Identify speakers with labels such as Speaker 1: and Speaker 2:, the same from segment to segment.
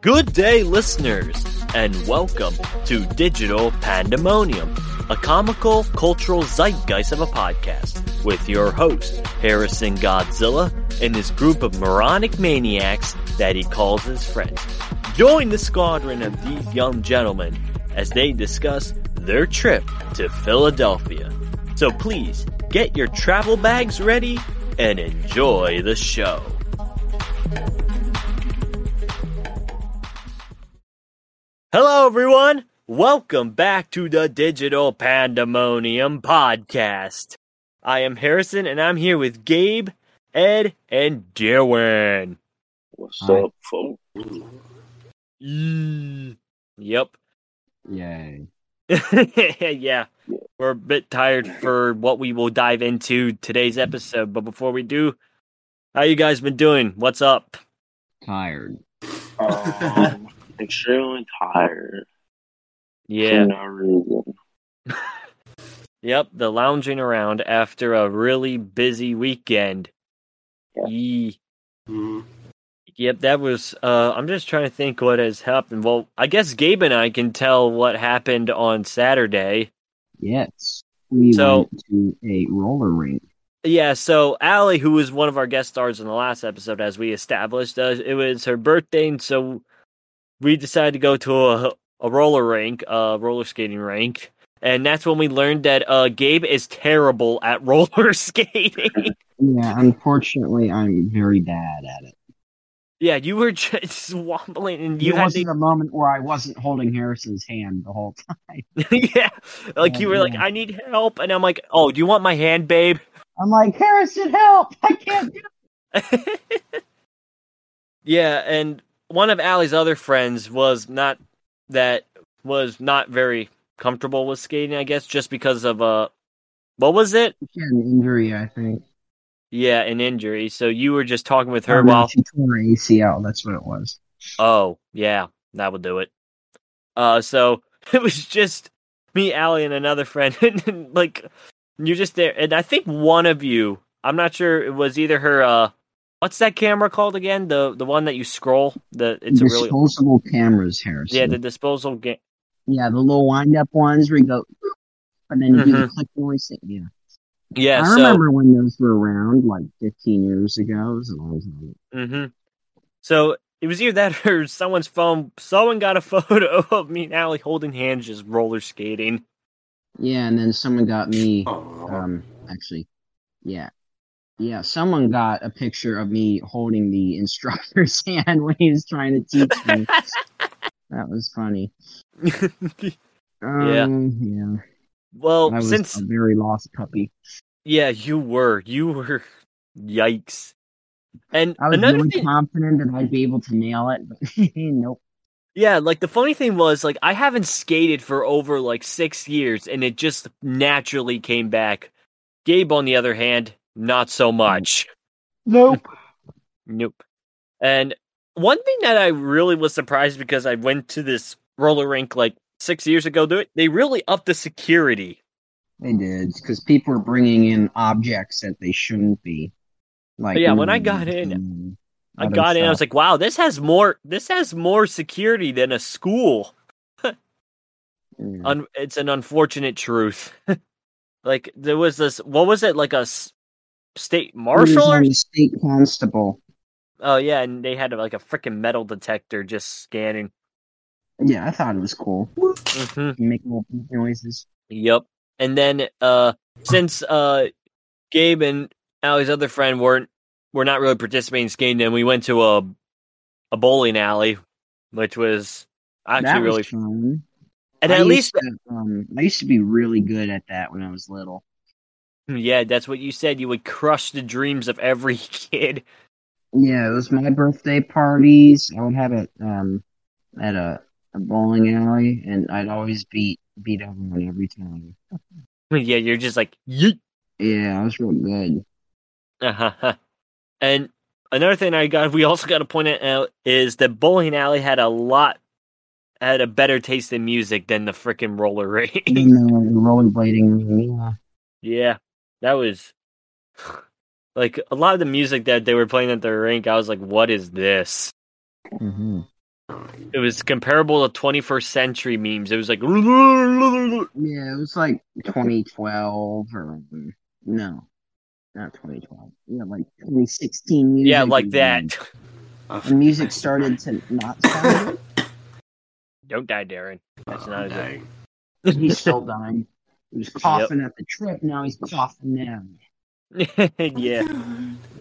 Speaker 1: Good day, listeners, and welcome to Digital Pandemonium, a comical cultural zeitgeist of a podcast with your host, Harrison Godzilla, and his group of moronic maniacs that he calls his friends. Join the squadron of these young gentlemen as they discuss their trip to Philadelphia. So please get your travel bags ready and enjoy the show. Hello, everyone. Welcome back to the Digital Pandemonium Podcast. I am Harrison, and I'm here with Gabe, Ed, and Darwin.
Speaker 2: What's
Speaker 3: Hi.
Speaker 2: up, folks?
Speaker 1: Mm. Yep.
Speaker 3: Yay.
Speaker 1: yeah, we're a bit tired for what we will dive into today's episode. But before we do, how you guys been doing? What's up?
Speaker 3: Tired.
Speaker 2: Um, extremely tired.
Speaker 1: Yeah.
Speaker 2: For no reason.
Speaker 1: Yep, the lounging around after a really busy weekend.
Speaker 2: Yeah.
Speaker 1: Yee. Yep, that was. Uh, I'm just trying to think what has happened. Well, I guess Gabe and I can tell what happened on Saturday.
Speaker 3: Yes. We
Speaker 1: So-
Speaker 3: went to a roller rink.
Speaker 1: Yeah, so Allie, who was one of our guest stars in the last episode, as we established, uh, it was her birthday, and so we decided to go to a, a roller rink, a roller skating rink, and that's when we learned that uh, Gabe is terrible at roller skating.
Speaker 3: Yeah, unfortunately I'm very bad at it.
Speaker 1: Yeah, you were just wobbling, and you
Speaker 3: there
Speaker 1: had
Speaker 3: wasn't
Speaker 1: to,
Speaker 3: a moment where I wasn't holding Harrison's hand the whole time.
Speaker 1: yeah, like you were like,
Speaker 3: Yeah.
Speaker 1: "I need help," and I'm like, "Oh, do you want my hand, babe?"
Speaker 3: I'm like, Harrison, help! I can't do
Speaker 1: yeah, and one of Allie's other friends was not that was not very comfortable with skating, I guess, just because of uh, what was it?
Speaker 3: it. She had an injury, I think.
Speaker 1: Yeah, an injury. So you were just talking with
Speaker 3: Oh,
Speaker 1: her
Speaker 3: no,
Speaker 1: while
Speaker 3: she tore her ACL, that's what it was.
Speaker 1: Oh, yeah, that would do it. Uh, so it was just me, Allie, and another friend, and like you're just there, and I think one of you, I'm not sure, it was either her. Uh, what's that camera called again? The the one that you scroll. The it's a really
Speaker 3: Disposable cameras, Harrison.
Speaker 1: yeah, the disposal game.
Speaker 3: Yeah, the little wind up ones where you go "Boop," and then you do the
Speaker 1: Mhm.
Speaker 3: click noise. thing. Yeah.
Speaker 1: Yeah,
Speaker 3: I
Speaker 1: so
Speaker 3: remember when those were around like fifteen years ago. It was a long time ago.
Speaker 1: hmm So it was either that or someone's phone. Someone got a photo of me and Allie holding hands, just roller skating.
Speaker 3: Yeah, and then someone got me.
Speaker 4: Oh,
Speaker 3: Um, actually, yeah, yeah, someone got a picture of me holding the instructor's hand when he was trying to teach me. that was funny.
Speaker 1: Yeah.
Speaker 3: Um, yeah.
Speaker 1: well,
Speaker 3: I was
Speaker 1: since
Speaker 3: a very lost puppy.
Speaker 1: Yeah, you were. You were. Yikes. And
Speaker 3: I was
Speaker 1: another
Speaker 3: really
Speaker 1: thing,
Speaker 3: confident that I'd be able to nail it, but nope.
Speaker 1: yeah, like the funny thing was, like, I haven't skated for over like six years and it just naturally came back. Gabe, on the other hand, not so much.
Speaker 3: Mm. Nope.
Speaker 1: Nope. And one thing that I really was surprised because I went to this roller rink like six years ago, they- they really upped the security.
Speaker 3: They did because people were bringing in objects that they shouldn't be. Like
Speaker 1: Yeah, when I
Speaker 3: mm,
Speaker 1: got in,
Speaker 3: mm,
Speaker 1: I
Speaker 3: other
Speaker 1: got in, I
Speaker 3: stuff.
Speaker 1: was like, wow, this has more, this has more security than a school.
Speaker 3: Mm.
Speaker 1: un- it's an unfortunate truth. like there was this, what was it like a s- state
Speaker 3: He
Speaker 1: marshal?
Speaker 3: was
Speaker 1: Or-
Speaker 3: on the state constable.
Speaker 1: oh yeah, and they had like a freaking metal detector just scanning.
Speaker 3: Yeah, I thought it was cool.
Speaker 1: hmm
Speaker 3: Make little beep noises.
Speaker 1: Yep. And then uh, since uh, Gabe and Allie's other friend weren't were not really participating in skating, then we went to a a bowling alley, which was actually
Speaker 3: that was
Speaker 1: really
Speaker 3: fun.
Speaker 1: and
Speaker 3: I
Speaker 1: at
Speaker 3: used
Speaker 1: least
Speaker 3: to, um, I used to be really good at that when I was little.
Speaker 1: yeah, that's what you said. You would crush the dreams of every kid.
Speaker 3: Yeah, it was my birthday parties. I would have it um, at a, a bowling alley, and I'd always beat beat everyone every time.
Speaker 1: yeah, you're just like yeet.
Speaker 3: Yeah, I was real good.
Speaker 1: Uh-huh. And another thing I got, we also got to point it out is that Bowling Alley had a lot, had a better taste in music than the freaking roller
Speaker 3: Mm.
Speaker 1: rink.
Speaker 3: Even though rollerblading, yeah.
Speaker 1: yeah, that was Like a lot of the music that they were playing at their rink, I was like, "What is this?"
Speaker 3: hmm
Speaker 1: It was comparable to 21st century memes. It was like, "Lululululu."
Speaker 3: Yeah, it was like 2012 or no, not 2012. Yeah, like 2016 music.
Speaker 1: yeah, like
Speaker 3: and
Speaker 1: that.
Speaker 3: The music started to not sound.
Speaker 1: Don't die, Darren. That's not a good.
Speaker 2: Dang.
Speaker 3: it. He's still dying. He was coughing at the trip. Now he's coughing now.
Speaker 1: yeah,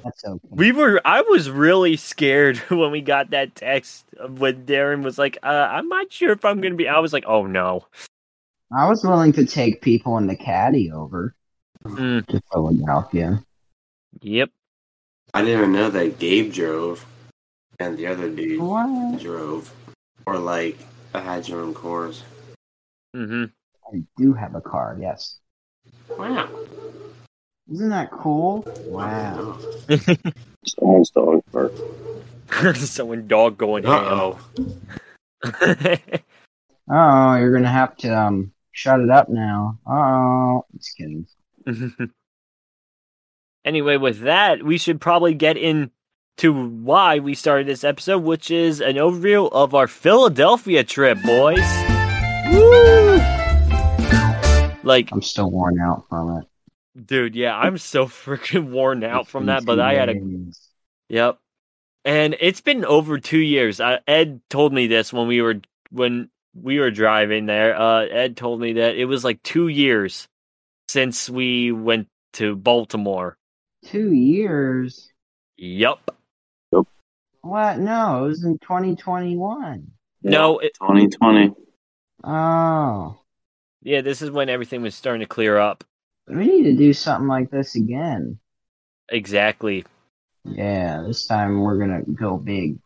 Speaker 3: That's okay.
Speaker 1: we were. I was really scared when we got that text of when Darren was like, uh, "I'm not sure if I'm gonna be." I was like, "Oh no."
Speaker 3: I was willing to take people in the caddy over
Speaker 1: Mm,
Speaker 3: to Philadelphia.
Speaker 1: yep.
Speaker 2: I didn't even know that Gabe drove and the other dude
Speaker 3: What?
Speaker 2: drove. Or like I had your own cars.
Speaker 1: hmm
Speaker 3: I do have a car. Yes.
Speaker 2: Wow.
Speaker 3: Isn't that cool? Wow.
Speaker 5: Someone's dog bark.
Speaker 1: Someone dog going
Speaker 2: Uh oh.
Speaker 1: ham.
Speaker 3: Oh, you're gonna have to um shut it up now. Oh, just kidding.
Speaker 1: anyway, with that, we should probably get into why we started this episode, which is an overview of our Philadelphia trip, boys. Woo! Like,
Speaker 3: I'm still worn out from it.
Speaker 1: dude, yeah, I'm so freaking worn out from that, but I had a Yep. And it's been over two years. Uh, Ed told me this when we were when we were driving there. Uh, Ed told me that it was like two years since we went to Baltimore.
Speaker 3: two years.
Speaker 1: Yep.
Speaker 3: What? No, it was in 2021.
Speaker 1: No. It,
Speaker 5: 2020.
Speaker 3: Oh,
Speaker 1: yeah, this is when everything was starting to clear up.
Speaker 3: we need to do something like this again.
Speaker 1: Exactly.
Speaker 3: Yeah, this time we're gonna go big.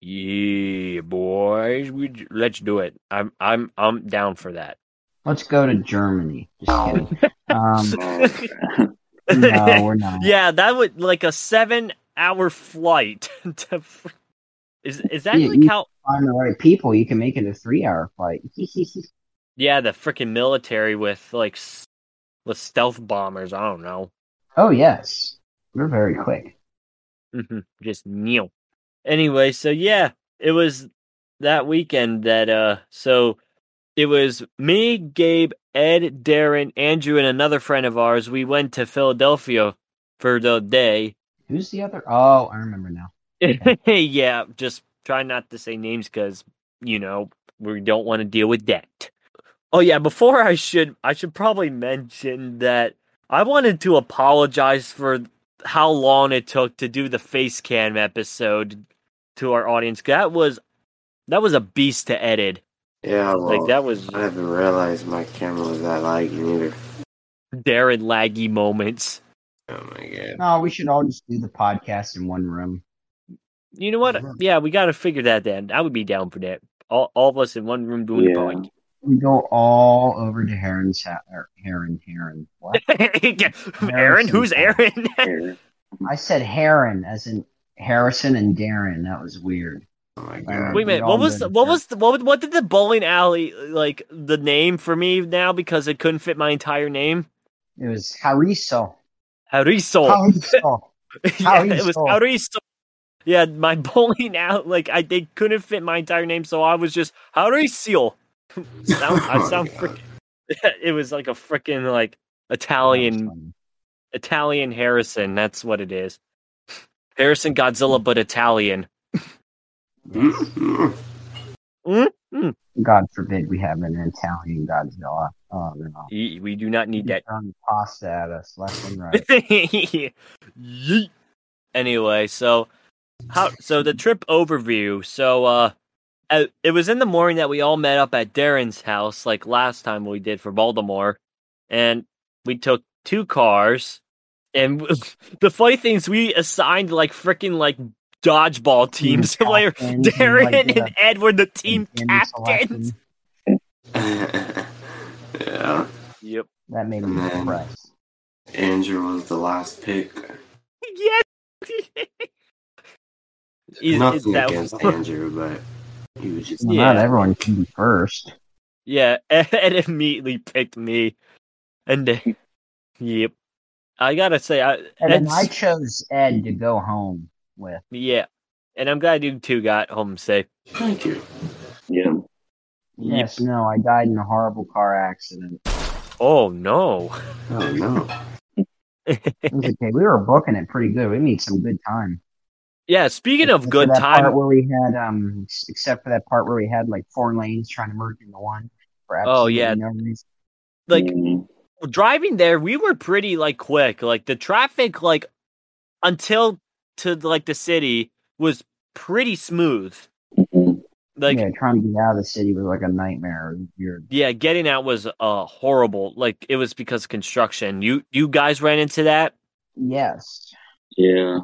Speaker 1: Yeah, boys. We j- let's do it. I'm I'm I'm down for that.
Speaker 3: Let's go to Germany. Just kidding. um,
Speaker 5: Oh, man.
Speaker 3: no, we're not.
Speaker 1: yeah, that would like a seven-hour flight. to, fr- is is that
Speaker 3: Yeah,
Speaker 1: like
Speaker 3: you-
Speaker 1: how?
Speaker 3: Find the right people, you can make it a three-hour flight.
Speaker 1: Yeah, the freaking military with like s- with stealth bombers. I don't know.
Speaker 3: oh yes, we're very quick.
Speaker 1: Mhm, Just kneel. Anyway, so yeah, it was that weekend that uh, so it was me, Gabe, Ed, Darren, Andrew, and another friend of ours. We went to Philadelphia for the day.
Speaker 3: Who's the other? Oh, I remember now.
Speaker 1: yeah, just try not to say names because you know we don't want to deal with that. Oh yeah, before I should I should probably mention that I wanted to apologize for how long it took to do the face cam episode to our audience. That was that was a beast to edit.
Speaker 2: Yeah, well,
Speaker 1: Like that was
Speaker 2: I didn't realize my camera was that lagging either.
Speaker 1: Darren laggy moments.
Speaker 2: Oh my god.
Speaker 3: No, we should all just do the podcast in one room.
Speaker 1: You know what? Yeah, we got to figure that then. I would be down for that. All, all of us in one room doing
Speaker 5: Yeah.
Speaker 3: We go all over to Heron's house. Heron, Heron. What?
Speaker 1: the podcast. Aaron, who's Aaron?
Speaker 5: Here.
Speaker 3: I said Heron as in Harrison and Darren. That was weird.
Speaker 2: Oh my
Speaker 3: Wait
Speaker 2: god.
Speaker 1: Wait a minute.
Speaker 3: We'd all
Speaker 1: What was the,
Speaker 3: go to
Speaker 1: what
Speaker 3: church.
Speaker 1: was the, what what did the bowling alley like the name for me now because it couldn't fit my entire name?
Speaker 3: It was Hariso.
Speaker 1: Hariso.
Speaker 3: Hariso.
Speaker 1: yeah, it was
Speaker 3: Hariso.
Speaker 1: Hariso. Yeah, my bowling out like I they couldn't fit my entire name, so I was just Hariso. sound, I
Speaker 2: Oh,
Speaker 1: sound
Speaker 2: God.
Speaker 1: freaking. it was like a freaking like
Speaker 3: That was
Speaker 1: Italian
Speaker 3: funny.
Speaker 1: Italian Harrison. That's what it is. Harrison Godzilla, but Italian.
Speaker 2: Mm-mm.
Speaker 3: God forbid we have an Italian Godzilla. Oh no.
Speaker 1: Ye- We do not need
Speaker 3: He's
Speaker 1: that
Speaker 3: throwing pasta at us left and right.
Speaker 1: Yeet. Anyway, so how so the trip overview. So uh uh, it was in the morning that we all met up at Darren's house like last time we did for Baltimore and we took two cars and the funny things we assigned like freaking like dodgeball teams
Speaker 3: Team
Speaker 1: like
Speaker 3: captains and,
Speaker 1: Darren
Speaker 3: like, uh,
Speaker 1: and Ed were the team
Speaker 3: and
Speaker 1: captains.
Speaker 3: selection.
Speaker 2: yeah.
Speaker 1: Yep.
Speaker 3: That made me
Speaker 2: Man.
Speaker 3: depressed.
Speaker 2: Andrew was the last pick.
Speaker 1: Yes. Is- is
Speaker 2: Nothing
Speaker 1: that-
Speaker 2: against Andrew, but he was just
Speaker 3: Well,
Speaker 1: Yeah.
Speaker 3: Not everyone can be first.
Speaker 1: Yeah, Ed immediately picked me, and uh, yep, I gotta say, I,
Speaker 3: And then
Speaker 1: Ed's-
Speaker 3: I chose Ed to go home with.
Speaker 1: yeah, and I'm glad you two got home safe.
Speaker 2: Thank you.
Speaker 6: Yeah.
Speaker 1: Yep.
Speaker 3: Yes, no, I died in a horrible car accident.
Speaker 1: Oh no,
Speaker 2: Oh no.
Speaker 3: It was okay. We were booking it pretty good. We made some good time.
Speaker 1: yeah. Speaking of
Speaker 3: Except
Speaker 1: good
Speaker 3: for that
Speaker 1: time,
Speaker 3: part where we had, um, ex- except for that part where we had like four lanes trying to merge into one. For
Speaker 1: Oh,
Speaker 3: absolutely
Speaker 1: yeah.
Speaker 3: no reason.
Speaker 1: like
Speaker 6: Mhm.
Speaker 1: driving there, we were pretty like quick. Like the traffic, like until to like the city was pretty smooth.
Speaker 3: Mm-hmm.
Speaker 6: Mhm.
Speaker 1: Like
Speaker 3: yeah, trying to get out of the city was like a nightmare. It was weird.
Speaker 1: Yeah, getting out was uh horrible. Like it was because of construction. You you guys ran into that.
Speaker 3: Yes.
Speaker 6: yeah.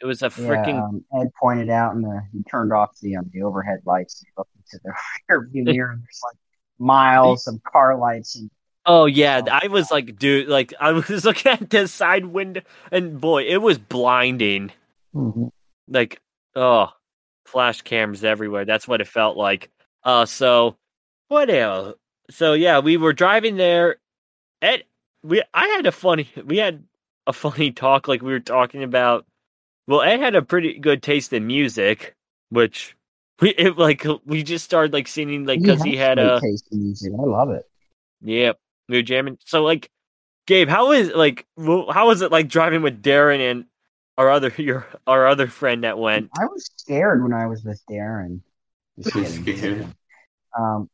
Speaker 1: It was a
Speaker 3: Yeah,
Speaker 1: freaking
Speaker 3: um, Ed pointed out, and the, he turned off the um, the overhead lights. And he looked into the rear view mirror, and there's like miles of car lights. And
Speaker 1: oh yeah.
Speaker 3: Oh,
Speaker 1: I was like, dude, like I was looking at the side window, and boy, it was blinding. Like oh, flash cams everywhere. That's what it felt like. Uh, so what else? So yeah, we were driving there. Ed, we I had a funny we had a funny talk. Like we were talking about. Well, Ed had a pretty good taste in music, which we it, like we just started like singing like because he
Speaker 3: has
Speaker 1: had
Speaker 3: great
Speaker 1: a
Speaker 3: taste in music. I love it.
Speaker 1: yeah we were jamming. So like, Gabe, how is like wh- how was it like driving with Darren and our other your our other friend that went?
Speaker 3: I was scared when I was with Darren. Just
Speaker 2: Scared.
Speaker 3: kidding. Um,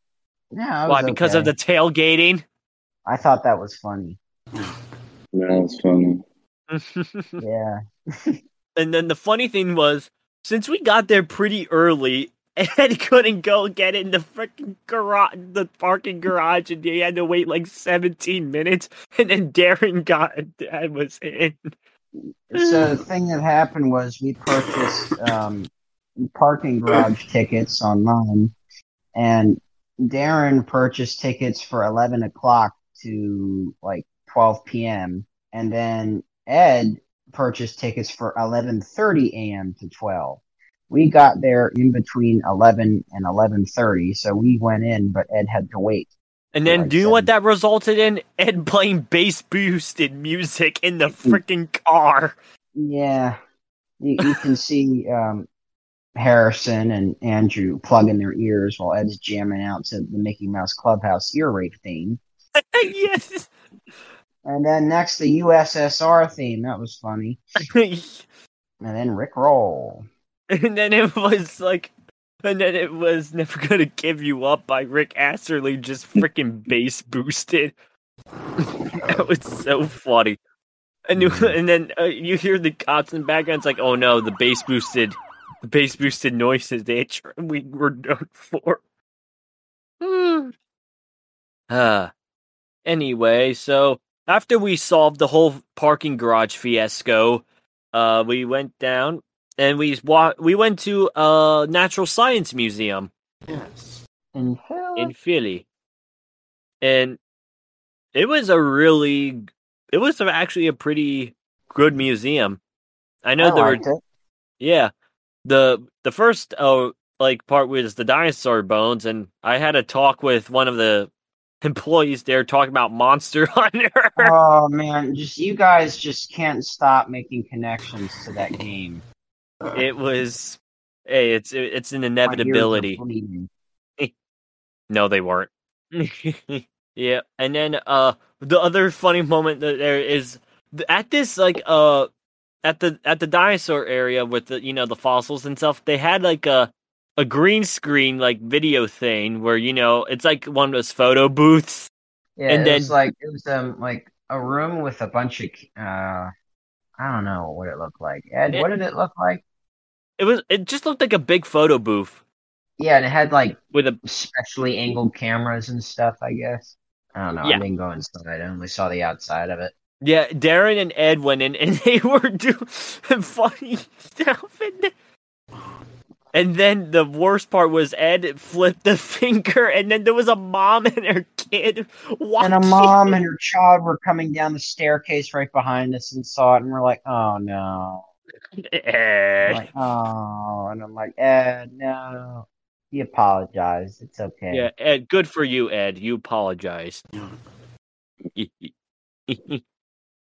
Speaker 3: yeah, I
Speaker 1: Why?
Speaker 3: was
Speaker 1: Because of
Speaker 3: okay.
Speaker 1: the tailgating.
Speaker 3: I thought that was funny.
Speaker 6: That's funny.
Speaker 3: Yeah,
Speaker 1: And then the funny thing was, since we got there pretty early, Ed couldn't go get in the freaking garage, the parking garage, and he had to wait like 17 minutes. And then Darren got, Ed was in.
Speaker 3: so the thing that happened was we purchased um, parking garage tickets online, and Darren purchased tickets for eleven o'clock to like twelve p.m. and then Ed purchased tickets for eleven thirty a.m. to twelve. We got there in between eleven and eleven thirty, so we went in, but Ed had to wait.
Speaker 1: And then,
Speaker 3: Like
Speaker 1: do you know what that
Speaker 3: seven.
Speaker 1: resulted in? Ed playing bass boosted music in the freaking car.
Speaker 3: Yeah, you, you can see um, Harrison and Andrew plugging their ears while Ed's jamming out to the Mickey Mouse Clubhouse ear rape theme,
Speaker 1: yes.
Speaker 3: and then next the USSR theme. That was funny,
Speaker 1: and
Speaker 3: and then Rick Roll.
Speaker 1: then it was like. And then it was never gonna give you up by Rick Astley, just freaking bass boosted. That was so funny. And you, and then uh, you hear the cops in the background. It's like, oh no, the bass boosted, the bass boosted noises they had tr- we were known for. Hmm. Uh, anyway, so after we solved the whole parking garage fiasco, uh, we went down and we wa- we went to a natural science museum
Speaker 2: Yes.
Speaker 3: And hell,
Speaker 1: in Philly. And it was a really it was actually a pretty good museum. I know
Speaker 3: I
Speaker 1: there were
Speaker 3: liked it.
Speaker 1: yeah. The the first uh like part was the dinosaur bones and I had a talk with one of the employees there talking about Monster Hunter.
Speaker 3: Oh man, just you guys just can't stop making connections to that game.
Speaker 2: Uh,
Speaker 1: it was hey, it's it's an
Speaker 3: My ears are
Speaker 1: inevitability.
Speaker 3: bleeding.
Speaker 1: No, they weren't. yeah, and then uh, the other funny moment that there is th- at this like uh, at the at the dinosaur area with the you know the fossils and stuff. They had like a a green screen like video thing where you know it's like one of those photo booths.
Speaker 3: Yeah,
Speaker 1: And
Speaker 3: it was
Speaker 1: then-
Speaker 3: like it was um like a room with a bunch of uh I don't know what it looked like. Ed,
Speaker 1: It-
Speaker 3: what did it look like?
Speaker 1: It was it just looked like a big photo booth
Speaker 3: Yeah, and it had like
Speaker 1: with a
Speaker 3: specially angled cameras and stuff, I guess. I don't know.
Speaker 1: Yeah.
Speaker 3: I didn't go inside. I only saw the outside of it.
Speaker 1: yeah. Darren and Ed went in and they were doing funny stuff in there. And then the worst part was Ed flipped the finger, and then there was a mom and her kid watching.
Speaker 3: And a mom and her child were coming down the staircase right behind us and saw it and we're like, Oh no. I'm
Speaker 1: Ed.
Speaker 3: like, oh and I'm like, Ed, no. He apologized. It's okay.
Speaker 1: Yeah, Ed. Good for you, Ed. You apologized.
Speaker 2: Yeah.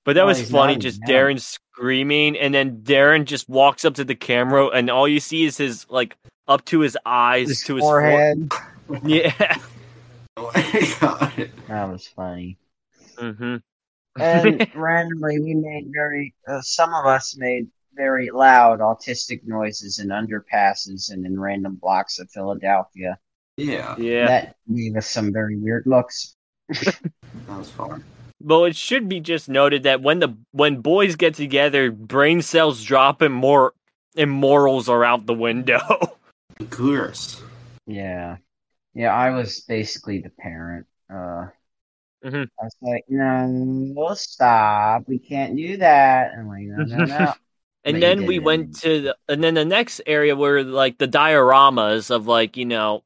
Speaker 1: But that
Speaker 3: Well,
Speaker 1: was
Speaker 3: he's
Speaker 1: funny,
Speaker 3: not
Speaker 1: just
Speaker 3: now.
Speaker 1: Darren screaming, and then Darren just walks up to the camera, and all you see is his like up to his eyes
Speaker 3: His
Speaker 1: to his fore-
Speaker 3: forehead.
Speaker 1: Yeah.
Speaker 2: Oh my god.
Speaker 3: That was funny.
Speaker 1: hmm
Speaker 3: And randomly, we made very. Uh, some of us made very loud autistic noises in underpasses and in random blocks of Philadelphia.
Speaker 2: Yeah,
Speaker 1: Yeah.
Speaker 3: That gave us some very weird looks.
Speaker 2: that was fun.
Speaker 1: Well, it should be just noted that when the when boys get together, brain cells drop and more and morals are out the window.
Speaker 2: Of course.
Speaker 3: Yeah. Yeah, I was basically the parent. Uh,
Speaker 1: Mhm.
Speaker 3: I was like, no, we'll stop. We can't do that. And I'm like, no, no, no.
Speaker 1: And
Speaker 3: They
Speaker 1: then we
Speaker 3: did.
Speaker 1: went to the, and then the next area were like the dioramas of like, you know,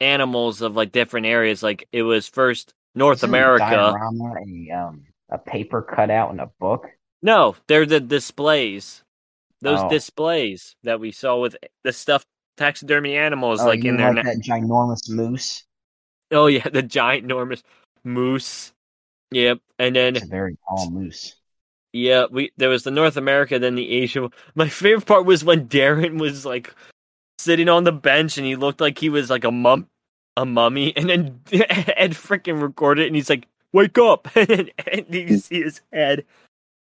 Speaker 1: animals of like different areas. Like it was first North
Speaker 3: Isn't a
Speaker 1: America.
Speaker 3: diorama a, um, a paper cutout in a book?
Speaker 1: No, they're the displays. Those
Speaker 3: Oh.
Speaker 1: displays that we saw with the stuff taxidermy animals
Speaker 3: Oh,
Speaker 1: like
Speaker 3: you
Speaker 1: in
Speaker 3: mean
Speaker 1: there.
Speaker 3: like that ginormous moose.
Speaker 1: oh yeah, the giant enormous moose. Yep. And then
Speaker 3: It's a very tall moose.
Speaker 1: Yeah, we there was the North America, then the Asia. My favorite part was when Darren was like sitting on the bench and he looked like he was like a mum a mummy, and then Ed freaking recorded it and he's like, Wake up and, and you see his head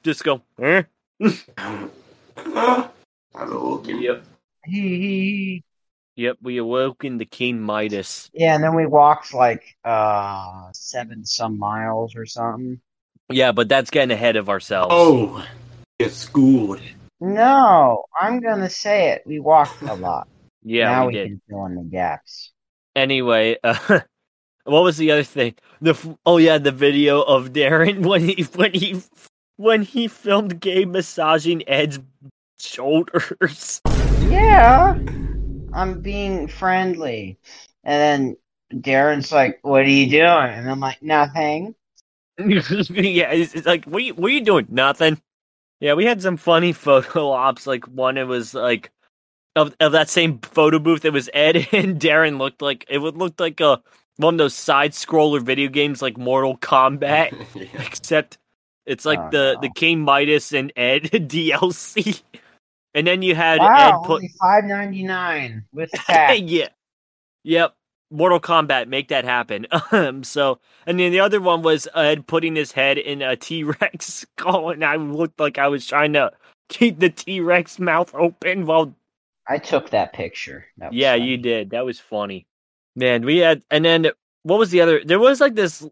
Speaker 1: just go, eh?
Speaker 2: I'm awoken.
Speaker 1: Yep, we awoken the King Midas.
Speaker 3: Yeah, and then we walked like uh seven some miles or something.
Speaker 1: Yeah, but that's getting ahead of ourselves.
Speaker 2: Oh, get schooled.
Speaker 3: No, I'm gonna say it. We walked a lot.
Speaker 1: yeah,
Speaker 3: now
Speaker 1: we did.
Speaker 3: can fill in the gaps.
Speaker 1: anyway, uh, what was the other thing? The f- oh yeah, the video of Darren when he when he when he filmed Gabe massaging Ed's shoulders.
Speaker 3: Yeah, I'm being friendly. And then Darren's like, What are you doing? And I'm like, Nothing.
Speaker 1: yeah, it's, it's like what are you, what are you doing? Nothing. Yeah, we had some funny photo ops. Like one, it was like of of that same photo booth. It was Ed and Darren looked like it would looked like a one of those side scroller video games like Mortal Kombat.
Speaker 2: yeah.
Speaker 1: except it's like
Speaker 3: Oh,
Speaker 1: the
Speaker 3: no.
Speaker 1: the King Midas and Ed DLC, and then you had
Speaker 3: wow,
Speaker 1: Ed put
Speaker 3: only five ninety nine with tax.
Speaker 1: yeah, yep, Mortal Kombat make that happen. Um, so and then the other one was Ed putting his head in a T Rex skull, and I looked like I was trying to keep the T Rex mouth open while
Speaker 3: I took that picture. That was
Speaker 1: yeah,
Speaker 3: funny.
Speaker 1: you did. That was funny. Man, we had and then what was the other there was like this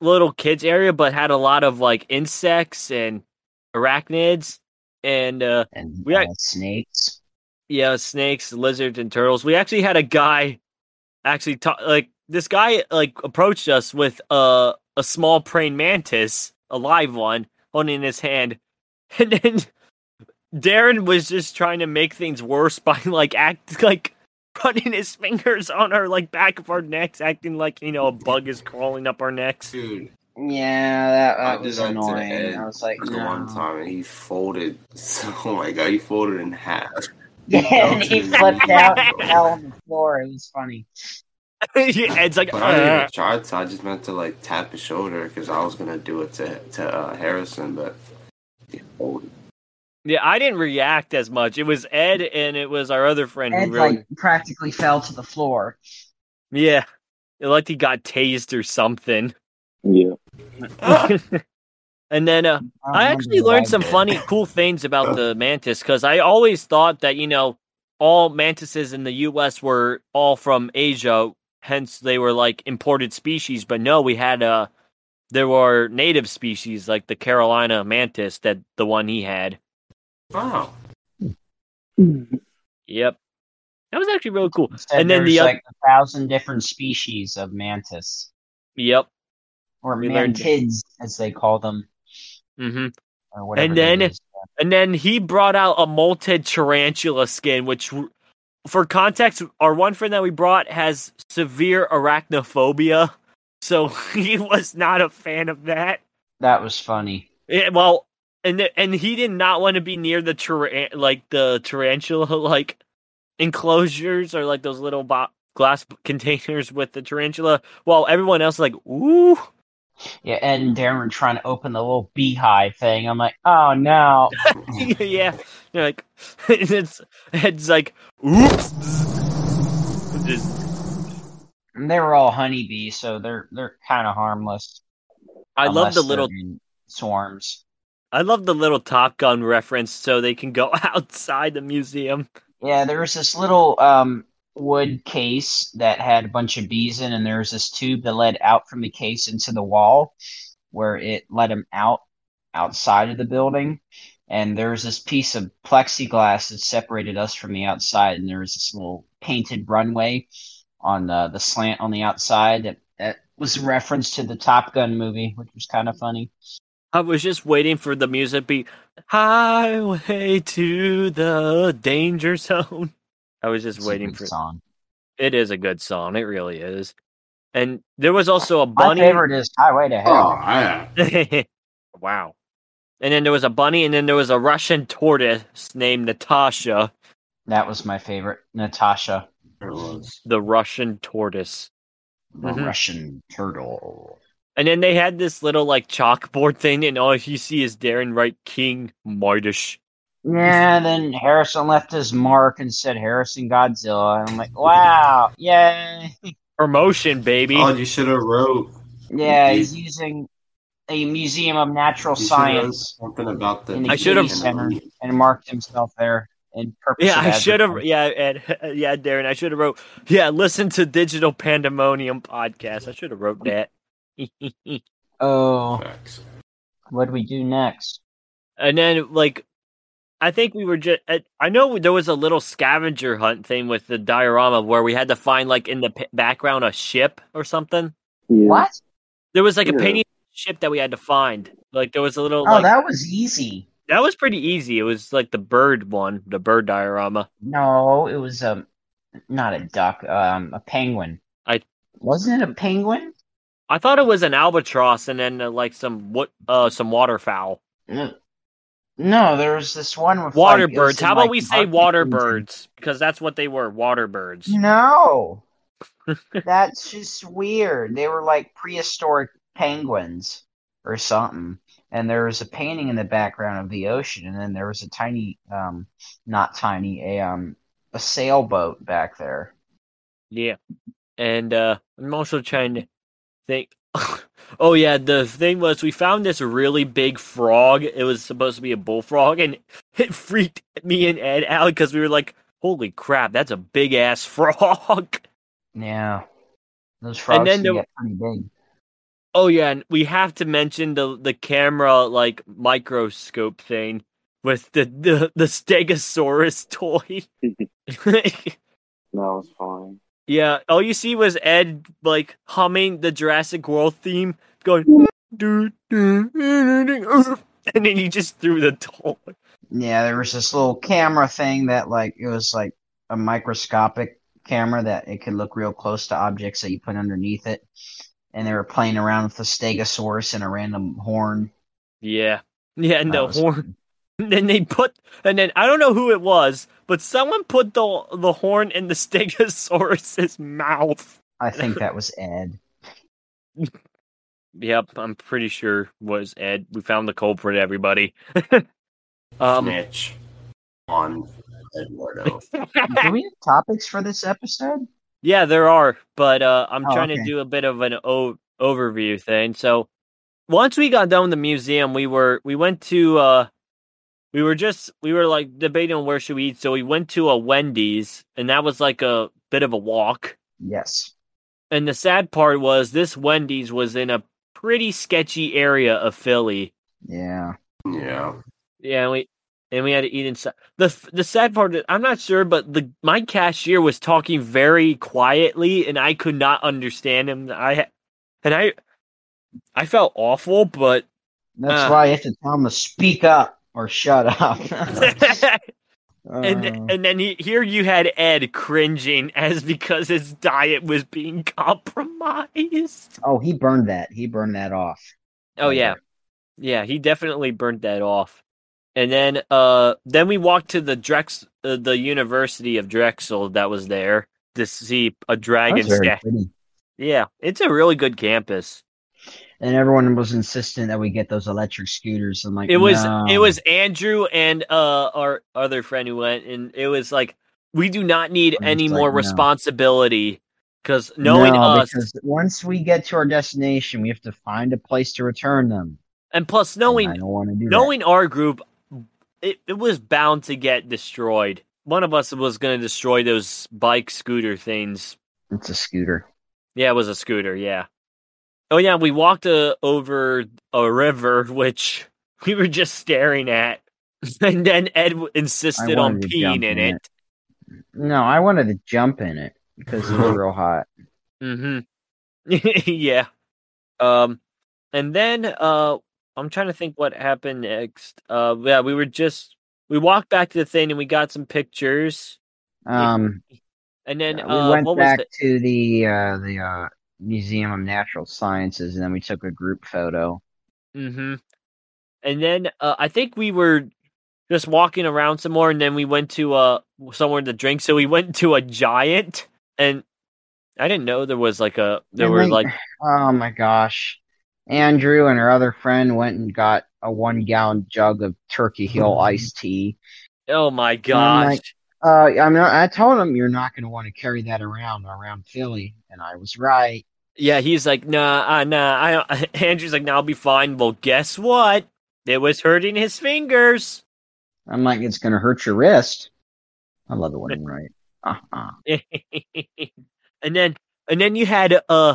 Speaker 1: little kids area but had a lot of like insects and arachnids and uh
Speaker 3: and
Speaker 1: We
Speaker 3: uh,
Speaker 1: act-
Speaker 3: snakes.
Speaker 1: yeah, snakes, lizards and turtles. We actually had a guy actually ta- like this guy like approached us with a a small praying mantis, a live one, holding in his hand. And then Darren was just trying to make things worse by like act like running his fingers on our like back of our necks, acting like you know a bug is crawling up our necks.
Speaker 2: Dude,
Speaker 3: Yeah, that,
Speaker 2: I
Speaker 3: that
Speaker 2: did
Speaker 3: was
Speaker 2: that to
Speaker 3: annoying.
Speaker 2: Ed
Speaker 3: I was like,
Speaker 2: the one
Speaker 3: no.
Speaker 2: time and he folded. oh my god, he folded in half.
Speaker 3: Yeah, and he flipped out and fell on the floor. It was funny.
Speaker 1: Ed's like,
Speaker 2: But I didn't even
Speaker 1: "Ugh."
Speaker 2: try to. I just meant to like tap his shoulder because I was gonna do it to to uh, Harrison, but he folded.
Speaker 1: yeah, I didn't react as much. It was Ed and it was our other friend
Speaker 3: Ed
Speaker 1: who really
Speaker 3: like practically fell to the floor.
Speaker 1: Yeah. It like he got tased or something.
Speaker 7: Yeah.
Speaker 1: and then uh,
Speaker 3: don't
Speaker 1: I
Speaker 3: Ah! remember
Speaker 1: actually
Speaker 3: what
Speaker 1: learned
Speaker 3: I
Speaker 1: some
Speaker 3: did.
Speaker 1: funny, cool things about the mantis because I always thought that, you know, all mantises in the U.S. were all from Asia, hence they were like imported species. But no, we had uh, there were native species like the Carolina mantis that the one he had.
Speaker 2: Wow.
Speaker 1: Yep. That was actually really cool.
Speaker 3: Said
Speaker 1: And then
Speaker 3: there's,
Speaker 1: the oth-
Speaker 3: like a thousand different species of mantis
Speaker 1: Yep.
Speaker 3: or
Speaker 1: We learned-
Speaker 3: mantids as they call them
Speaker 1: Mm hmm.
Speaker 3: or whatever.
Speaker 1: And then-
Speaker 3: it is.
Speaker 1: And then he brought out a molted tarantula skin, which, w- for context, our one friend that we brought has severe arachnophobia. So he was not a fan of that.
Speaker 3: that was funny.
Speaker 1: Yeah, well, and th- and he did not want to be near the taran- like the tarantula like enclosures or like those little bo- glass containers with the tarantula. While everyone else like, ooh,
Speaker 3: Yeah, Ed and Darren were trying to open the little beehive thing. I'm like, oh no.
Speaker 1: yeah. They're like, it's, it's like, oops. Just,
Speaker 3: And they were all honeybees, so they're they're kind of harmless.
Speaker 1: I love
Speaker 3: unless
Speaker 1: the
Speaker 3: they're
Speaker 1: little,
Speaker 3: in swarms.
Speaker 1: I love the little Top Gun reference, so they can go outside the museum.
Speaker 3: Yeah, there was this little um, wood case that had a bunch of bees in, and there was this tube that led out from the case into the wall, where it let them out outside of the building. And there was this piece of plexiglass that separated us from the outside, and there was this little painted runway on uh, the, the slant on the outside that, that was a reference to the Top Gun movie, which was kind of funny.
Speaker 1: I was just waiting for the music be highway to the danger zone. I was just
Speaker 3: It's a
Speaker 1: waiting
Speaker 3: good
Speaker 1: for
Speaker 3: song.
Speaker 1: it is a good song. It really is. And there was also a
Speaker 3: My
Speaker 1: bunny.
Speaker 3: favorite is Highway to
Speaker 8: Oh,
Speaker 3: Hell.
Speaker 8: yeah.
Speaker 1: wow. And then there was a bunny, and then there was a Russian tortoise named Natasha,
Speaker 3: That was my favorite, Natasha.
Speaker 8: There it was.
Speaker 1: the Russian tortoise.
Speaker 3: the
Speaker 1: Mhm.
Speaker 3: Russian turtle.
Speaker 1: And then they had this little like chalkboard thing, and all you see is Darren write King Midas.
Speaker 3: Yeah, then Harrison left his mark and said Harrison Godzilla. And I'm like, wow, yay.
Speaker 1: Promotion, baby.
Speaker 2: Oh, you should have wrote
Speaker 3: Yeah,
Speaker 2: He's-
Speaker 3: he's using a Museum of Natural
Speaker 2: you should've wrote
Speaker 3: Science
Speaker 2: something about the.
Speaker 3: in the
Speaker 1: I should've-
Speaker 3: community center and marked himself there in purpose.
Speaker 1: Yeah,
Speaker 3: of
Speaker 1: I should have.
Speaker 3: advertising.
Speaker 1: Yeah, and yeah, Darren, I should have wrote. Yeah, listen to Digital Pandemonium podcast. I should have wrote that.
Speaker 3: Oh,
Speaker 8: Facts.
Speaker 3: what do we do next?
Speaker 1: and then like, I think we were just. I, I know there was a little scavenger hunt thing with the diorama where we had to find like in the p- background a ship or something.
Speaker 9: Yeah.
Speaker 3: What?
Speaker 1: There was like a
Speaker 9: Yeah.
Speaker 1: painting ship that we had to find. Like there was a little.
Speaker 3: Oh,
Speaker 1: like, that-,
Speaker 3: that was easy.
Speaker 1: was pretty easy. It was like the bird one, the bird diorama.
Speaker 3: No, it was um, not a duck, um, a penguin.
Speaker 1: I-
Speaker 3: wasn't it a penguin?
Speaker 1: I thought it was an albatross and then uh, like some what uh some waterfowl.
Speaker 3: No, no, there was this one with
Speaker 1: Water
Speaker 3: like, it was
Speaker 1: birds.
Speaker 3: in,
Speaker 1: How about
Speaker 3: like,
Speaker 1: we
Speaker 3: an
Speaker 1: say
Speaker 3: Arctic
Speaker 1: water
Speaker 3: region.
Speaker 1: birds? Because that's what they were, water birds.
Speaker 3: No, that's just weird. They were like prehistoric penguins or something. And there was a painting in the background of the ocean, and then there was a tiny, um, not tiny, a um, a sailboat back there.
Speaker 1: Yeah. And uh I'm also trying to think Oh yeah, the thing was we found this really big frog. It was supposed to be a bullfrog and it freaked me and Ed out because we were like, Holy crap, that's a big ass frog.
Speaker 3: Yeah, those frogs
Speaker 1: then
Speaker 3: can
Speaker 1: there-
Speaker 3: get pretty big.
Speaker 1: Oh yeah, and we have to mention the the camera like microscope thing with the the, the Stegosaurus toy.
Speaker 9: That was fine.
Speaker 1: Yeah, all you see was Ed like humming the Jurassic World theme, going, "Doo, doo, doo, doo, doo," and then he just threw the toy.
Speaker 3: Yeah, there was this little camera thing that like it was like a microscopic camera that it could look real close to objects that you put underneath it. And they were playing around with the stegosaurus and a random horn.
Speaker 1: Yeah, yeah, and the
Speaker 3: That was-
Speaker 1: horn. And then they put, and then I don't know who it was, but someone put the the horn in the Stegosaurus's mouth.
Speaker 3: I think that was Ed.
Speaker 1: Yep, I'm pretty sure was Ed. We found the culprit, everybody. um,
Speaker 2: Snitch on Eduardo.
Speaker 3: Do we have topics for this episode?
Speaker 1: Yeah, there are, but uh, I'm
Speaker 3: Oh,
Speaker 1: trying to
Speaker 3: okay.
Speaker 1: do a bit of an o- overview thing. So once we got done with the museum, we were we went to uh, we were just we were like debating on where should we eat. So we went to a Wendy's, and that was like a bit of a walk.
Speaker 3: Yes.
Speaker 1: And the sad part was this Wendy's was in a pretty sketchy area of Philly.
Speaker 3: Yeah.
Speaker 2: yeah.
Speaker 1: Yeah, and we and we had to eat inside. the f- The sad part is, I'm not sure, but the my cashier was talking very quietly, and I could not understand him. I ha- and I I felt awful, but Uh.
Speaker 3: That's why you have to tell them to speak up or shut up.
Speaker 1: and
Speaker 3: Uh,
Speaker 1: and then he, here you had Ed cringing as because his diet was being compromised.
Speaker 3: oh, he burned that. He burned that off.
Speaker 1: Oh yeah, yeah, he definitely burnt that off. And then uh then we walked to the Drex uh, the University of Drexel that was there to see a
Speaker 3: That was
Speaker 1: dragon
Speaker 3: very
Speaker 1: statue.
Speaker 3: pretty.
Speaker 1: Yeah, it's a really good campus.
Speaker 3: and everyone was insistent that we get those electric scooters. I'm like,
Speaker 1: It was
Speaker 3: "No."
Speaker 1: it was Andrew and uh our other friend who went, and it was like we do not need
Speaker 3: I'm
Speaker 1: any
Speaker 3: just
Speaker 1: more
Speaker 3: like, no.
Speaker 1: responsibility because knowing
Speaker 3: No,
Speaker 1: us
Speaker 3: because once we get to our destination, we have to find a place to return them.
Speaker 1: and plus
Speaker 3: and
Speaker 1: knowing
Speaker 3: I don't want to do that.
Speaker 1: knowing our group, it, it was bound to get destroyed. One of us was going to destroy those bike scooter things.
Speaker 3: It's a scooter.
Speaker 1: Yeah, it was a scooter. Yeah. Oh yeah, we walked uh, over a river, which we were just staring at, and then Ed w- insisted on
Speaker 3: wanted to jump
Speaker 1: peeing in
Speaker 3: in
Speaker 1: it.
Speaker 3: No, I wanted to jump in it because it was real hot.
Speaker 1: Mm-hmm. yeah. Um, and then uh, I'm trying to think what happened next. Uh, yeah, we were just we walked back to the thing and we got some pictures.
Speaker 3: Um,
Speaker 1: And then
Speaker 3: we
Speaker 1: uh,
Speaker 3: went
Speaker 1: what
Speaker 3: back
Speaker 1: was
Speaker 3: to the uh, the uh, Museum of Natural Sciences, and then we took a group photo.
Speaker 1: the? Mm-hmm. And then uh, I think we were just walking around some more, and then we went to uh somewhere to drink. So we went to a giant, and I didn't know there was like a there
Speaker 3: And
Speaker 1: were
Speaker 3: like-
Speaker 1: like
Speaker 3: Oh my gosh. Andrew and her other friend went and got a one gallon jug of Turkey Hill iced tea.
Speaker 1: oh my
Speaker 3: I'm
Speaker 1: gosh,
Speaker 3: like- Uh, I'm not, I told him you're not going to want to carry that around around Philly, and I was right.
Speaker 1: yeah. He's like, nah, uh, nah. I Andrew's like, nah, I'll be fine. Well, guess what? It was hurting his fingers.
Speaker 3: I'm like, it's going to hurt your wrist. I love it when I'm right. Uh-huh.
Speaker 1: and then and then you had uh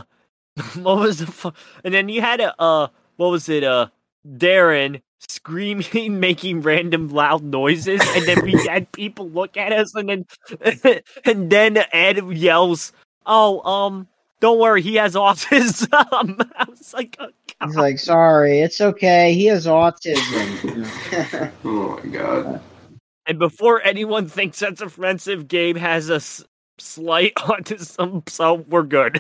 Speaker 1: what was the fu- and then you had a uh what was it uh Darren screaming making random loud noises and then we had people look at us and then and then Ed yells oh um don't worry he has autism I was like oh, God.
Speaker 3: He's like, sorry, it's okay. He has autism.
Speaker 2: Oh my god.
Speaker 1: and before anyone thinks that's offensive Gabe has a s- slight autism so we're good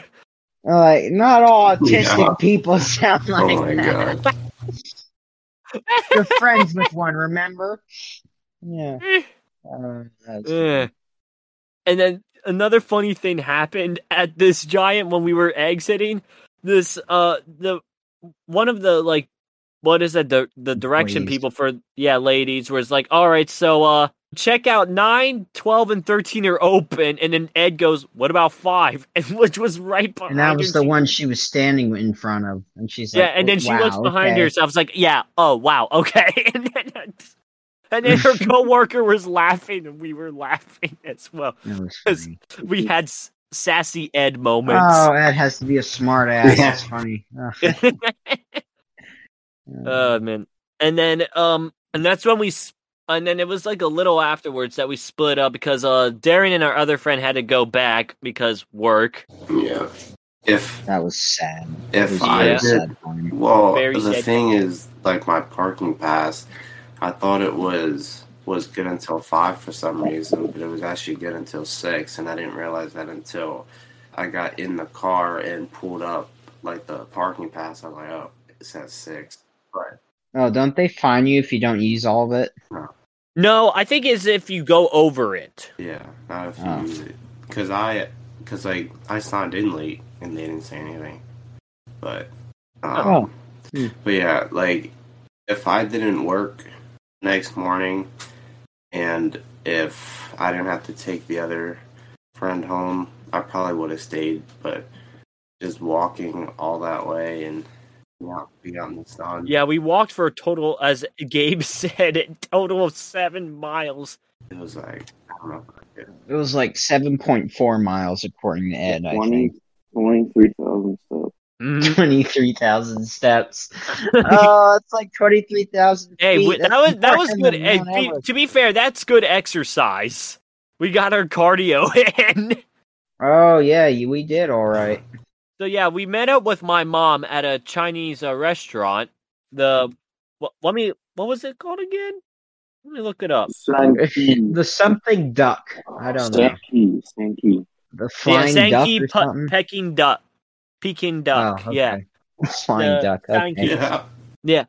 Speaker 3: like, not all autistic
Speaker 2: Yeah.
Speaker 3: people sound
Speaker 2: Oh
Speaker 3: like
Speaker 2: my god.
Speaker 3: that. You're friends with one, remember? Yeah. Uh, that's-
Speaker 1: Ugh. Eh. And then another funny thing happened at this giant when we were exiting. This uh the one of the like what is that the the direction
Speaker 3: Employees.
Speaker 1: people for yeah ladies was like all right so uh check out 9 12 and 13 are open and then ed goes what about 5 and which was right behind
Speaker 3: And that was
Speaker 1: her.
Speaker 3: the
Speaker 1: She-
Speaker 3: one she was standing in front of, and she's
Speaker 1: yeah
Speaker 3: like,
Speaker 1: and then she
Speaker 3: "Wow,
Speaker 1: looks behind
Speaker 3: okay."
Speaker 1: her so i was like yeah oh wow okay and then and then her coworker was laughing and we were laughing as well
Speaker 3: That was
Speaker 1: Yes.
Speaker 3: funny.
Speaker 1: we had s- sassy Ed moments.
Speaker 3: Oh, that has to be a smart ass. That's funny. Ugh.
Speaker 1: Oh, man, and then um, and that's when we, s- and then it was like a little afterwards that we split up because uh, Darren and our other friend had to go back because work.
Speaker 2: Yeah. If
Speaker 3: that was sad. It
Speaker 2: if
Speaker 3: was
Speaker 2: I
Speaker 3: very
Speaker 1: Yeah.
Speaker 2: did
Speaker 3: sad for me.
Speaker 2: Well,
Speaker 1: Very
Speaker 2: the
Speaker 1: sad.
Speaker 2: thing is, like my parking pass, I thought it was was good until five for some reason, but it was actually good until six, and I didn't realize that until I got in the car and pulled up like the parking pass. I was like, oh, it says six. But
Speaker 3: Oh, don't they fine you if you don't use all of it?
Speaker 1: No, I think it's if you go over it.
Speaker 2: yeah, not if you
Speaker 3: Oh.
Speaker 2: use it, because I because like I signed in late and they didn't say anything, but um,
Speaker 3: Oh,
Speaker 2: But yeah, like if I didn't work next morning and if I didn't have to take the other friend home, I probably would have stayed, but just walking all that way and not be out in the sun.
Speaker 1: Yeah, we walked for a total, as Gabe said, a total of seven miles.
Speaker 2: It was like I don't know.
Speaker 3: it was like 7.4 miles, according to Ed, I
Speaker 9: 20
Speaker 3: think.
Speaker 9: 23,000 steps.
Speaker 3: Mm-hmm.
Speaker 1: Mhm.
Speaker 3: 23,000 steps. oh, it's like 23,000
Speaker 1: Hey,
Speaker 3: feet.
Speaker 1: we, that
Speaker 3: That's
Speaker 1: was that
Speaker 3: more
Speaker 1: was
Speaker 3: than
Speaker 1: good.
Speaker 3: the
Speaker 1: Hey,
Speaker 3: Mount
Speaker 1: be,
Speaker 3: Everest.
Speaker 1: to be fair, that's good exercise. We got our cardio in.
Speaker 3: Oh, yeah, you, we did all right.
Speaker 1: So yeah, we met up with my mom at a Chinese uh, restaurant.
Speaker 3: Hmm.
Speaker 1: The wh- let me what was it called again? Let me look it up.
Speaker 9: Sankey.
Speaker 3: the something duck. I don't know.
Speaker 9: Sankey. Sankey.
Speaker 3: The
Speaker 1: Yeah,
Speaker 3: flying duck
Speaker 1: Sankey Pe-
Speaker 3: or something?
Speaker 1: Peking duck, Peking duck.
Speaker 3: Oh,
Speaker 1: Yeah,
Speaker 3: okay. Flying
Speaker 1: The
Speaker 3: duck.
Speaker 1: flying
Speaker 3: Okay.
Speaker 2: Yeah.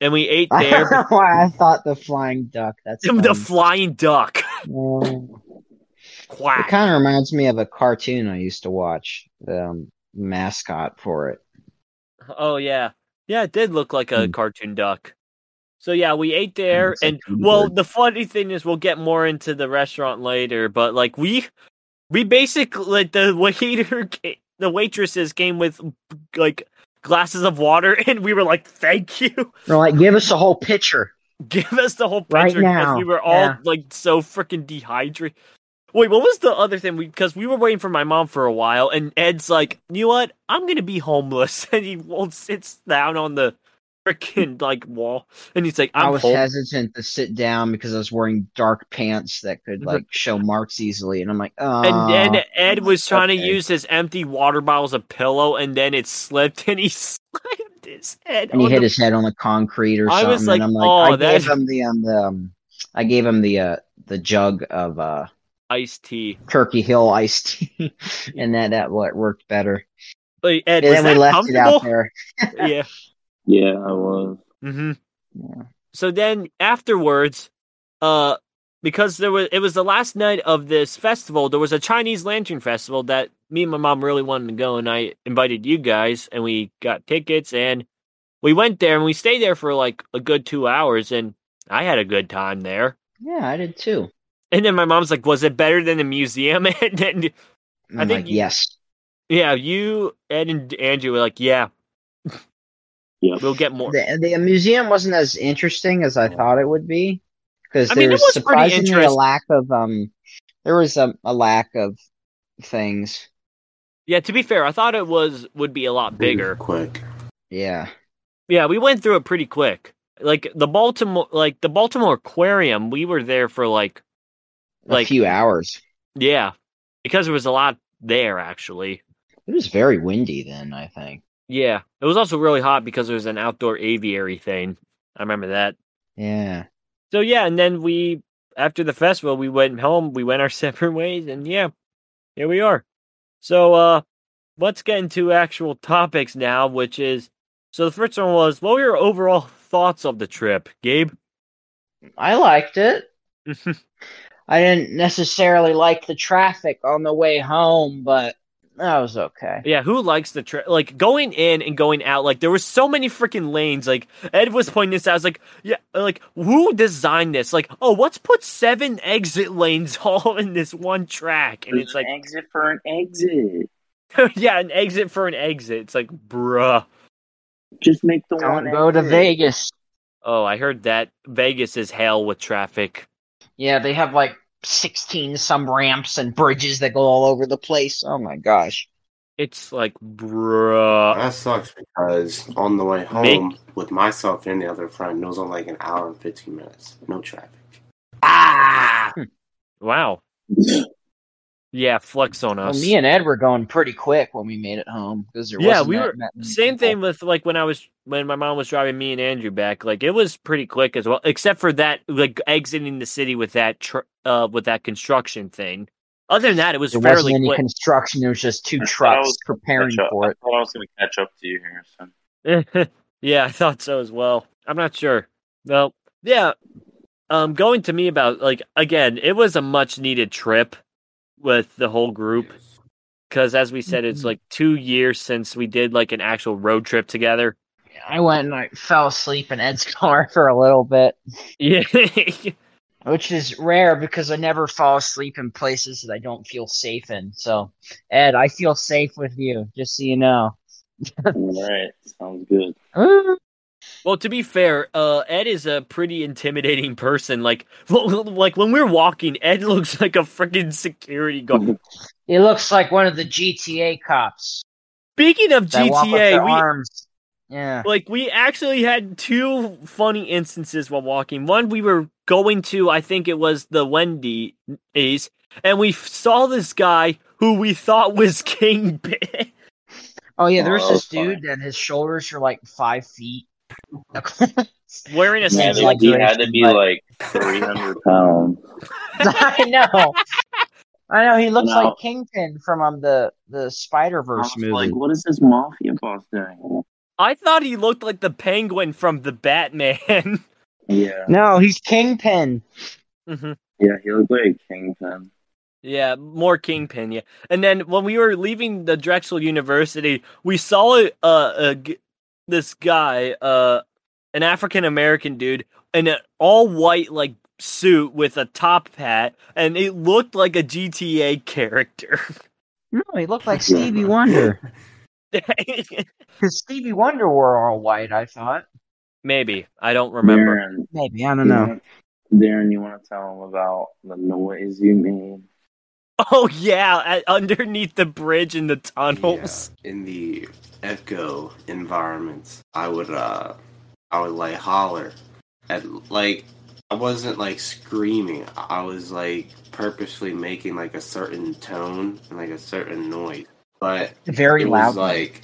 Speaker 1: and we ate
Speaker 3: I
Speaker 1: there.
Speaker 3: don't know why I thought the flying duck. That's Oh.
Speaker 1: but the flying duck.
Speaker 3: flying. It
Speaker 1: Quack.
Speaker 3: kind of reminds me of a cartoon I used to watch. The um, mascot for it.
Speaker 1: Oh yeah, Yeah, it did look like a
Speaker 8: Mm.
Speaker 1: cartoon duck. So yeah, we ate there,
Speaker 8: it's like
Speaker 1: and
Speaker 8: Tweety
Speaker 1: well,
Speaker 8: Bird.
Speaker 1: the funny thing is, we'll get more into the restaurant later. But like we, we basically like, the waiter, ca- the waitresses came with like glasses of water, and we were like, "Thank you,
Speaker 10: They're like, give us a whole pitcher.
Speaker 1: give us the whole
Speaker 10: Right
Speaker 1: picture." 'cause
Speaker 10: now,
Speaker 1: we were all
Speaker 10: yeah.
Speaker 1: like so freaking dehydrated. Wait, what was the other thing? Because we, were waiting for my mom for a while, and Ed's like, "You know what? I'm gonna be homeless," and he won't sits down on the freaking like wall, and he's like,
Speaker 3: i
Speaker 1: "I'm
Speaker 3: was
Speaker 1: home-
Speaker 3: hesitant to sit down because I was wearing dark pants that could like show marks easily, and I'm like, oh.
Speaker 1: Mm-hmm. And then Ed was trying to
Speaker 3: okay.
Speaker 1: use his empty water bottle as a pillow, and then it slipped, and he slammed his head.
Speaker 3: and he
Speaker 1: on
Speaker 3: hit
Speaker 1: the-
Speaker 3: his head on the concrete or
Speaker 1: I
Speaker 3: something.
Speaker 1: was like,
Speaker 3: and I'm like,
Speaker 1: "Oh,
Speaker 3: I
Speaker 1: that-
Speaker 3: gave him the um, the um, I gave him the uh, the jug of uh,
Speaker 1: iced tea.
Speaker 3: Turkey Hill iced tea, and that that what worked better.
Speaker 1: Wait, Ed,
Speaker 3: And
Speaker 1: was
Speaker 3: then we
Speaker 1: that
Speaker 3: left it out
Speaker 1: comfortable?
Speaker 3: there.
Speaker 1: yeah.
Speaker 9: Yeah, I was.
Speaker 1: hmm
Speaker 3: Yeah.
Speaker 1: So then afterwards, uh, because there was it was the last night of this festival. There was a Chinese Lantern Festival that me and my mom really wanted to go, and I invited you guys, and we got tickets, and we went there, and we stayed there for like a good two hours, and I had a good time there.
Speaker 3: Yeah, I did too.
Speaker 1: And then my mom's like, "Was it better than the museum?" and then
Speaker 3: And
Speaker 1: I
Speaker 3: I'm
Speaker 1: think
Speaker 3: like,
Speaker 1: you-
Speaker 3: yes.
Speaker 1: yeah, you Ed and Andrew were like, "Yeah,
Speaker 9: Yeah.
Speaker 1: we'll get more."
Speaker 3: The, the museum wasn't as interesting as I thought it would be because
Speaker 1: I
Speaker 3: there
Speaker 1: mean, it
Speaker 3: was,
Speaker 1: was pretty
Speaker 3: surprisingly a
Speaker 1: interest-
Speaker 3: lack of um, there was a, a lack of things.
Speaker 1: Yeah, to be fair, I thought it was would be a lot bigger.
Speaker 2: Quick.
Speaker 3: Yeah,
Speaker 1: Yeah, we went through it pretty quick. Like the Baltimore, like the Baltimore Aquarium, we were there for like,
Speaker 3: a
Speaker 1: like
Speaker 3: few hours.
Speaker 1: yeah, because there was a lot there actually.
Speaker 3: It was very windy then. I think.
Speaker 1: Yeah, it was also really hot because there was an outdoor aviary thing. I remember that.
Speaker 3: Yeah.
Speaker 1: So yeah, and then we after the festival we went home, we went our separate ways, and yeah, here we are. So uh let's get into actual topics now, which is so the first one was what were your overall thoughts of the trip, Gabe?
Speaker 3: I liked it. I didn't necessarily like the traffic on the way home, but that was okay.
Speaker 1: Yeah, who likes the trip? Like going in and going out. Like there were so many freaking lanes. Like Ed was pointing this out. I was like, yeah, like who designed this? Like, oh, let's put seven exit lanes all in this one track, and it's
Speaker 9: There's
Speaker 1: like,
Speaker 9: an exit for an exit.
Speaker 1: yeah, an exit for an exit. It's like, bruh.
Speaker 9: Just make the one.
Speaker 3: Don't go to
Speaker 9: exit.
Speaker 3: Vegas.
Speaker 1: Oh, I heard that Vegas is hell with traffic.
Speaker 3: Yeah, they have like 16 some ramps and bridges that go all over the place. Oh my gosh.
Speaker 1: It's like, bruh.
Speaker 2: That sucks because on the way home with myself and the other friend, it was only like an hour and 15 minutes. No traffic.
Speaker 3: Ah!
Speaker 1: Wow. Yeah, flex on
Speaker 3: Well,
Speaker 1: us.
Speaker 3: me and Ed were going pretty quick when we made it home because there
Speaker 1: Yeah,
Speaker 3: wasn't
Speaker 1: we
Speaker 3: that-
Speaker 1: were-
Speaker 3: that many
Speaker 1: Same
Speaker 3: people.
Speaker 1: thing with like when I was when my mom was driving me and Andrew back. Like it was pretty quick as well, except for that like exiting the city with that tr- uh with that construction thing. Other than that, it was
Speaker 3: There wasn't
Speaker 1: fairly
Speaker 3: any
Speaker 1: quick.
Speaker 3: construction. There was just two
Speaker 9: I thought I
Speaker 3: trucks
Speaker 9: was
Speaker 3: preparing
Speaker 9: Catch up.
Speaker 3: for
Speaker 9: I
Speaker 3: it.
Speaker 9: thought I was going to catch up to you, Harrison.
Speaker 1: yeah, I thought so as well. I'm not sure. Well, yeah. Um, going to me about like again, it was a much needed trip with the whole group because as we said, it's
Speaker 3: Mhm.
Speaker 1: like two years since we did like an actual road trip together.
Speaker 3: I went and I fell asleep in Ed's car for a little bit.
Speaker 1: Yeah,
Speaker 3: which is rare because I never fall asleep in places that I don't feel safe in. So, Ed, I feel safe with you, just so you know.
Speaker 9: All right. Sounds good.
Speaker 3: Ooh.
Speaker 1: Well, to be fair, uh, Ed is a pretty intimidating person. Like, like when we're walking, Ed looks like a freaking security guard.
Speaker 3: He looks like one of the GTA cops
Speaker 1: Speaking of
Speaker 3: that walk with their
Speaker 1: GTA, we
Speaker 3: arms. Yeah,
Speaker 1: like we actually had two funny instances while walking. One, we were going to, I think it was the Wendy's, and we f- saw this guy who we thought was King Big.
Speaker 3: Oh yeah, there's
Speaker 9: Oh,
Speaker 3: this
Speaker 9: fine.
Speaker 3: dude that his shoulders are like five feet.
Speaker 1: wearing a
Speaker 3: Yeah,
Speaker 1: suit.
Speaker 3: they like
Speaker 9: he
Speaker 3: doing
Speaker 9: had to
Speaker 3: shit,
Speaker 9: be
Speaker 3: but-
Speaker 9: like 300 pounds.
Speaker 3: I know. I know he looks
Speaker 9: No.
Speaker 3: like Kingpin from um, the the Spider
Speaker 9: I
Speaker 3: Verse
Speaker 9: was
Speaker 3: movie.
Speaker 9: like, what is this mafia boss doing?
Speaker 1: I thought he looked like the Penguin from the Batman.
Speaker 9: Yeah.
Speaker 3: no, he's Kingpin.
Speaker 1: hmm
Speaker 9: Yeah, he looked like a kingpin.
Speaker 1: Yeah, more Kingpin. Yeah, and then when we were leaving the Drexel University, we saw a a, a g- this guy, uh, an African American dude, in an all white like suit with a top hat, and it looked like a GTA character.
Speaker 3: No, he looked like Stevie Wonder. Because Stevie Wonder wore all white, I thought.
Speaker 1: Maybe I don't remember.
Speaker 9: Darren,
Speaker 3: Maybe I don't know.
Speaker 9: Darren, you want to tell him about the noise you made?
Speaker 1: Oh yeah, at, underneath the bridge in the tunnels.
Speaker 2: Yeah, in the echo environments, I would uh, I would like holler, and like I wasn't like screaming. I was like purposely making like a certain tone and like a certain noise, but
Speaker 3: Very
Speaker 2: it
Speaker 3: loud.
Speaker 2: was like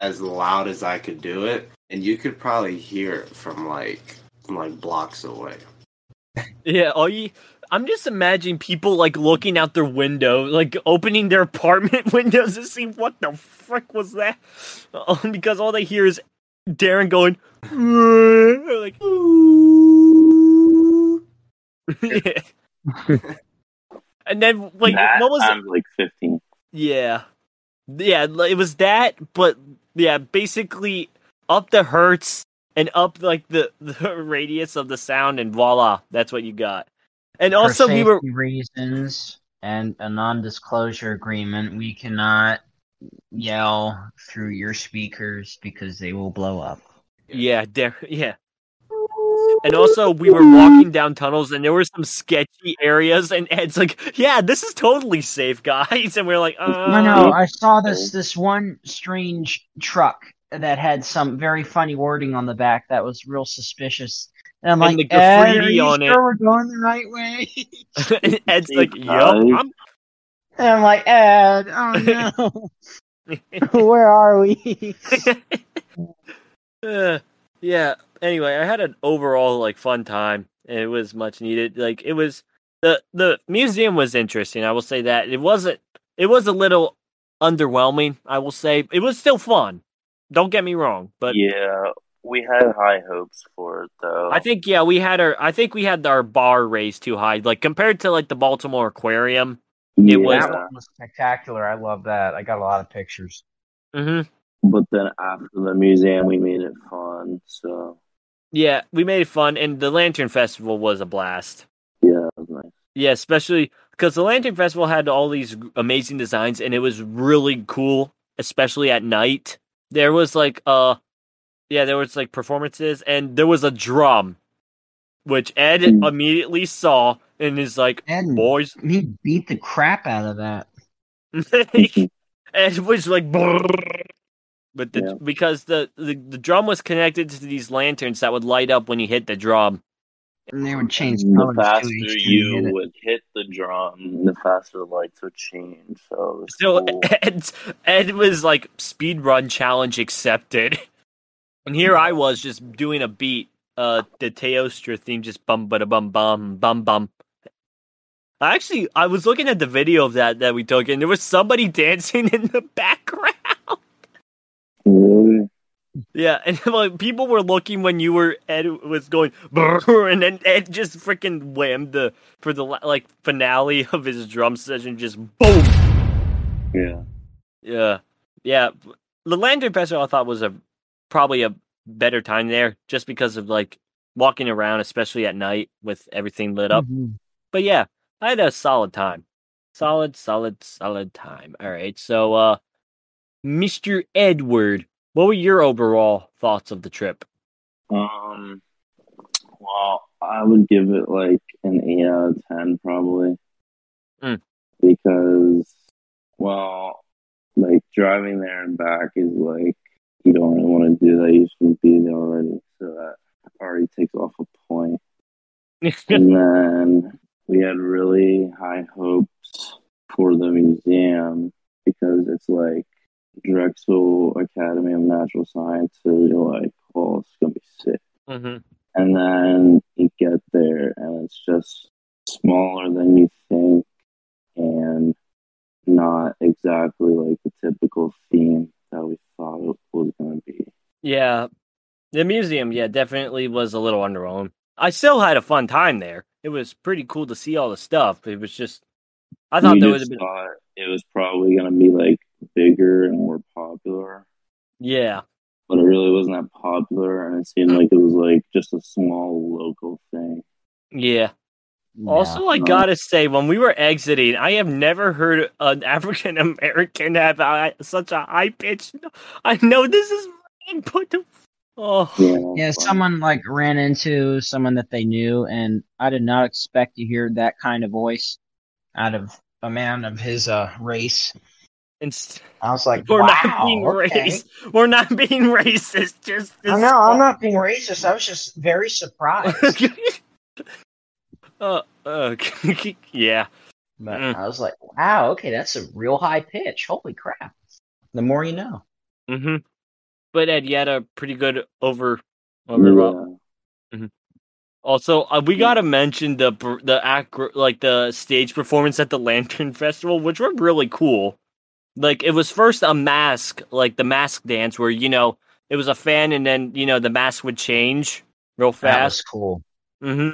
Speaker 2: as loud as I could do it, and you could probably hear it from like from like blocks away.
Speaker 1: Yeah, all you. I'm just imagining people like looking out their window, like opening their apartment windows to see what the frick was that, Oh, because all they hear is Darren going, "Or like, yeah. and then like
Speaker 9: That
Speaker 1: what was
Speaker 9: times like fifteen.
Speaker 1: Yeah. Yeah, l- it was that, but yeah, basically up the hertz and up like the, the radius of the sound, and voila, that's what you got. And also,
Speaker 3: For
Speaker 1: we were
Speaker 3: safety reasons and a non-disclosure agreement. We cannot yell through your speakers because they will blow up.
Speaker 1: yeah, there, yeah. And also, we were walking down tunnels, and there were some sketchy areas, and Ed's like, "Yeah, this is totally safe, guys." And we are like, uh,
Speaker 3: I know. I saw this this one strange truck that had some very funny wording on the back that was real suspicious. And I'm
Speaker 1: And
Speaker 3: like,
Speaker 1: the
Speaker 3: Ed, are
Speaker 1: graffiti
Speaker 3: you
Speaker 1: on
Speaker 3: sure
Speaker 1: it."
Speaker 3: we're going the right way?
Speaker 1: "Uh," and Ed's like,
Speaker 9: Safe,
Speaker 1: "Yup,
Speaker 9: guys.
Speaker 1: I'm
Speaker 3: and I'm like, Ed, oh no, where are we?
Speaker 1: Uh, yeah. Anyway, I had an overall like fun time. and It was much needed. Like it was the the museum was interesting. I will say that it wasn't. It was a little underwhelming. I will say it was still fun. Don't get me wrong, but
Speaker 9: yeah, we had high hopes for it though.
Speaker 1: I think yeah, we had our. I think we had our bar raised too high. Like compared to like the Baltimore Aquarium.
Speaker 9: yeah,
Speaker 1: it was-
Speaker 3: That one was spectacular. I love that. I got a lot of pictures.
Speaker 1: Mm-hmm.
Speaker 9: but then after the museum, we made it fun. So
Speaker 1: Yeah, we made it fun, and the Lantern Festival was a blast.
Speaker 9: yeah, it was nice.
Speaker 1: Yeah, especially because the Lantern Festival had all these amazing designs, and it was really cool, especially at night. There was like uh, yeah, there was like performances, and there was a drum, which Ed
Speaker 9: Hmm.
Speaker 1: immediately saw and is like,
Speaker 3: And
Speaker 1: "Boys,"
Speaker 3: he beat the crap out of that.
Speaker 9: Hmm,
Speaker 1: Ed was like, "Brrr." but the,
Speaker 9: Yeah.
Speaker 1: because the, the the drum was connected to these lanterns that would light up when you hit the drum.
Speaker 3: And they would change
Speaker 9: the
Speaker 3: colors.
Speaker 9: faster
Speaker 3: too each time
Speaker 9: you
Speaker 3: hit it.
Speaker 9: would hit the drum, the faster the lights would change. So it was
Speaker 1: So
Speaker 9: cool.
Speaker 1: Ed, Ed was like speed run challenge accepted, and here I was just doing a beat, uh, the Teostra theme, just bum bada bum bum bum bum. I Actually, I was looking at the video of that that we took, and there was somebody dancing in the background.
Speaker 9: Really?
Speaker 1: Yeah, and like people were looking when you were Ed was going, "Brrr," and then Ed just freaking whammed the for the la- like finale of his drum session, just boom.
Speaker 9: Yeah.
Speaker 1: Yeah, yeah. The Lantern Festival I thought was a probably a better time there, just because of like walking around, especially at night with everything lit up.
Speaker 3: Mhm.
Speaker 1: But yeah, I had a solid time, solid, solid, solid time. All right, so uh, Mister Edward, what were your overall thoughts of the trip?
Speaker 9: Um. Well, I would give it like an eight out of ten, probably,
Speaker 1: Mm.
Speaker 9: because well, like driving there and back is like you don't really want to do that. You should be there already, so that already takes off a point. and then we had really high hopes for the museum because it's like Drexel Academy of Natural Sciences. You're like, oh, it's gonna be sick.
Speaker 1: Mhm.
Speaker 9: And then you get there, and it's just smaller than you think, and not exactly like the typical theme that we thought it was gonna be.
Speaker 1: Yeah, the museum, yeah, definitely was a little underwhelming. I still had a fun time there. It was pretty cool to see all the stuff. It was just, I thought
Speaker 9: We
Speaker 1: there would have
Speaker 9: just
Speaker 1: been,
Speaker 9: thought it was probably gonna be like bigger and more popular.
Speaker 1: yeah.
Speaker 9: but it really wasn't that popular, and it seemed like it was like just a small local thing.
Speaker 1: Yeah. Also, I
Speaker 9: no.
Speaker 1: gotta say, when we were exiting, I have never heard an African American have uh, such a high pitch. I know this is wrong, but the- oh,
Speaker 9: Yeah,
Speaker 3: Yeah,
Speaker 9: but-
Speaker 3: someone like ran into someone that they knew, and I did not expect to hear that kind of voice out of a man of his uh, race.
Speaker 1: it's-
Speaker 10: I was like,
Speaker 1: we're not
Speaker 10: wow,
Speaker 1: being
Speaker 10: okay.
Speaker 1: racist. We're not being racist. Just
Speaker 10: I know, I'm not being racist. I was just very surprised.
Speaker 1: uh, uh, yeah.
Speaker 10: but
Speaker 1: Mm.
Speaker 10: I was like, wow, okay, that's a real high pitch. Holy crap. The more you know.
Speaker 1: hmm But Ed, you had a pretty good over. overall.
Speaker 9: yeah.
Speaker 1: Also, uh,
Speaker 3: Hmm.
Speaker 1: we gotta mention the per- the acro- like the stage performance at the Lantern Festival, which were really cool. Like it was first a mask, like the mask dance, where you know it was a fan, and then you know the mask would change real
Speaker 3: That
Speaker 1: fast.
Speaker 3: was cool.
Speaker 1: hmm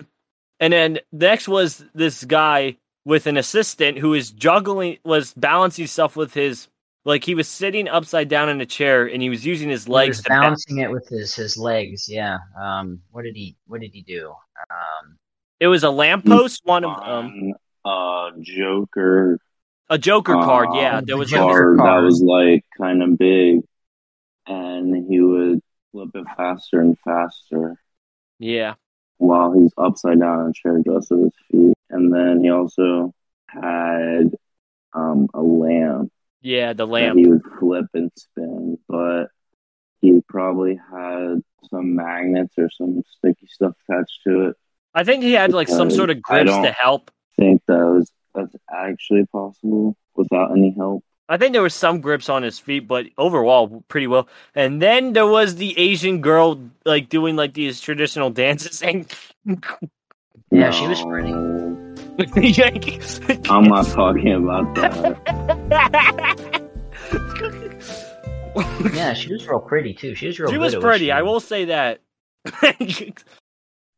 Speaker 1: And then next was this guy with an assistant who is juggling, was balancing stuff with his like he was sitting upside down in a chair, and he was using his
Speaker 3: He
Speaker 1: legs
Speaker 3: was
Speaker 1: to ba-
Speaker 3: balancing it with his his legs. Yeah. Um. What did he What did he do? Um.
Speaker 1: It was a lamppost, one of um,
Speaker 9: on, uh, Joker
Speaker 1: a Joker card. Yeah,
Speaker 9: Uh,
Speaker 1: there
Speaker 3: the
Speaker 1: was
Speaker 3: Joker
Speaker 1: like
Speaker 9: card that
Speaker 3: card.
Speaker 9: was like kind of big, and he would flip it faster and faster
Speaker 1: yeah.
Speaker 9: while he's upside down in a chair dressed with his feet. And then he also had um, a lamp
Speaker 1: Yeah, the
Speaker 9: that
Speaker 1: lamp.
Speaker 9: he would flip and spin, but he probably had some magnets or some sticky stuff attached to it.
Speaker 1: I think he had like some sort of
Speaker 9: uh, I
Speaker 1: grips to
Speaker 9: don't-
Speaker 1: help.
Speaker 9: Think that was that's actually possible without any help.
Speaker 1: I think there was some grips on his feet, but overall pretty well. And then there was the Asian girl like doing like these traditional dances and
Speaker 3: Yeah, she was pretty.
Speaker 9: I'm not talking about that.
Speaker 3: Yeah. She was real pretty too. She was real.
Speaker 1: she
Speaker 3: good
Speaker 1: was
Speaker 3: at what
Speaker 1: pretty,
Speaker 3: she
Speaker 1: I
Speaker 3: did.
Speaker 1: will say that.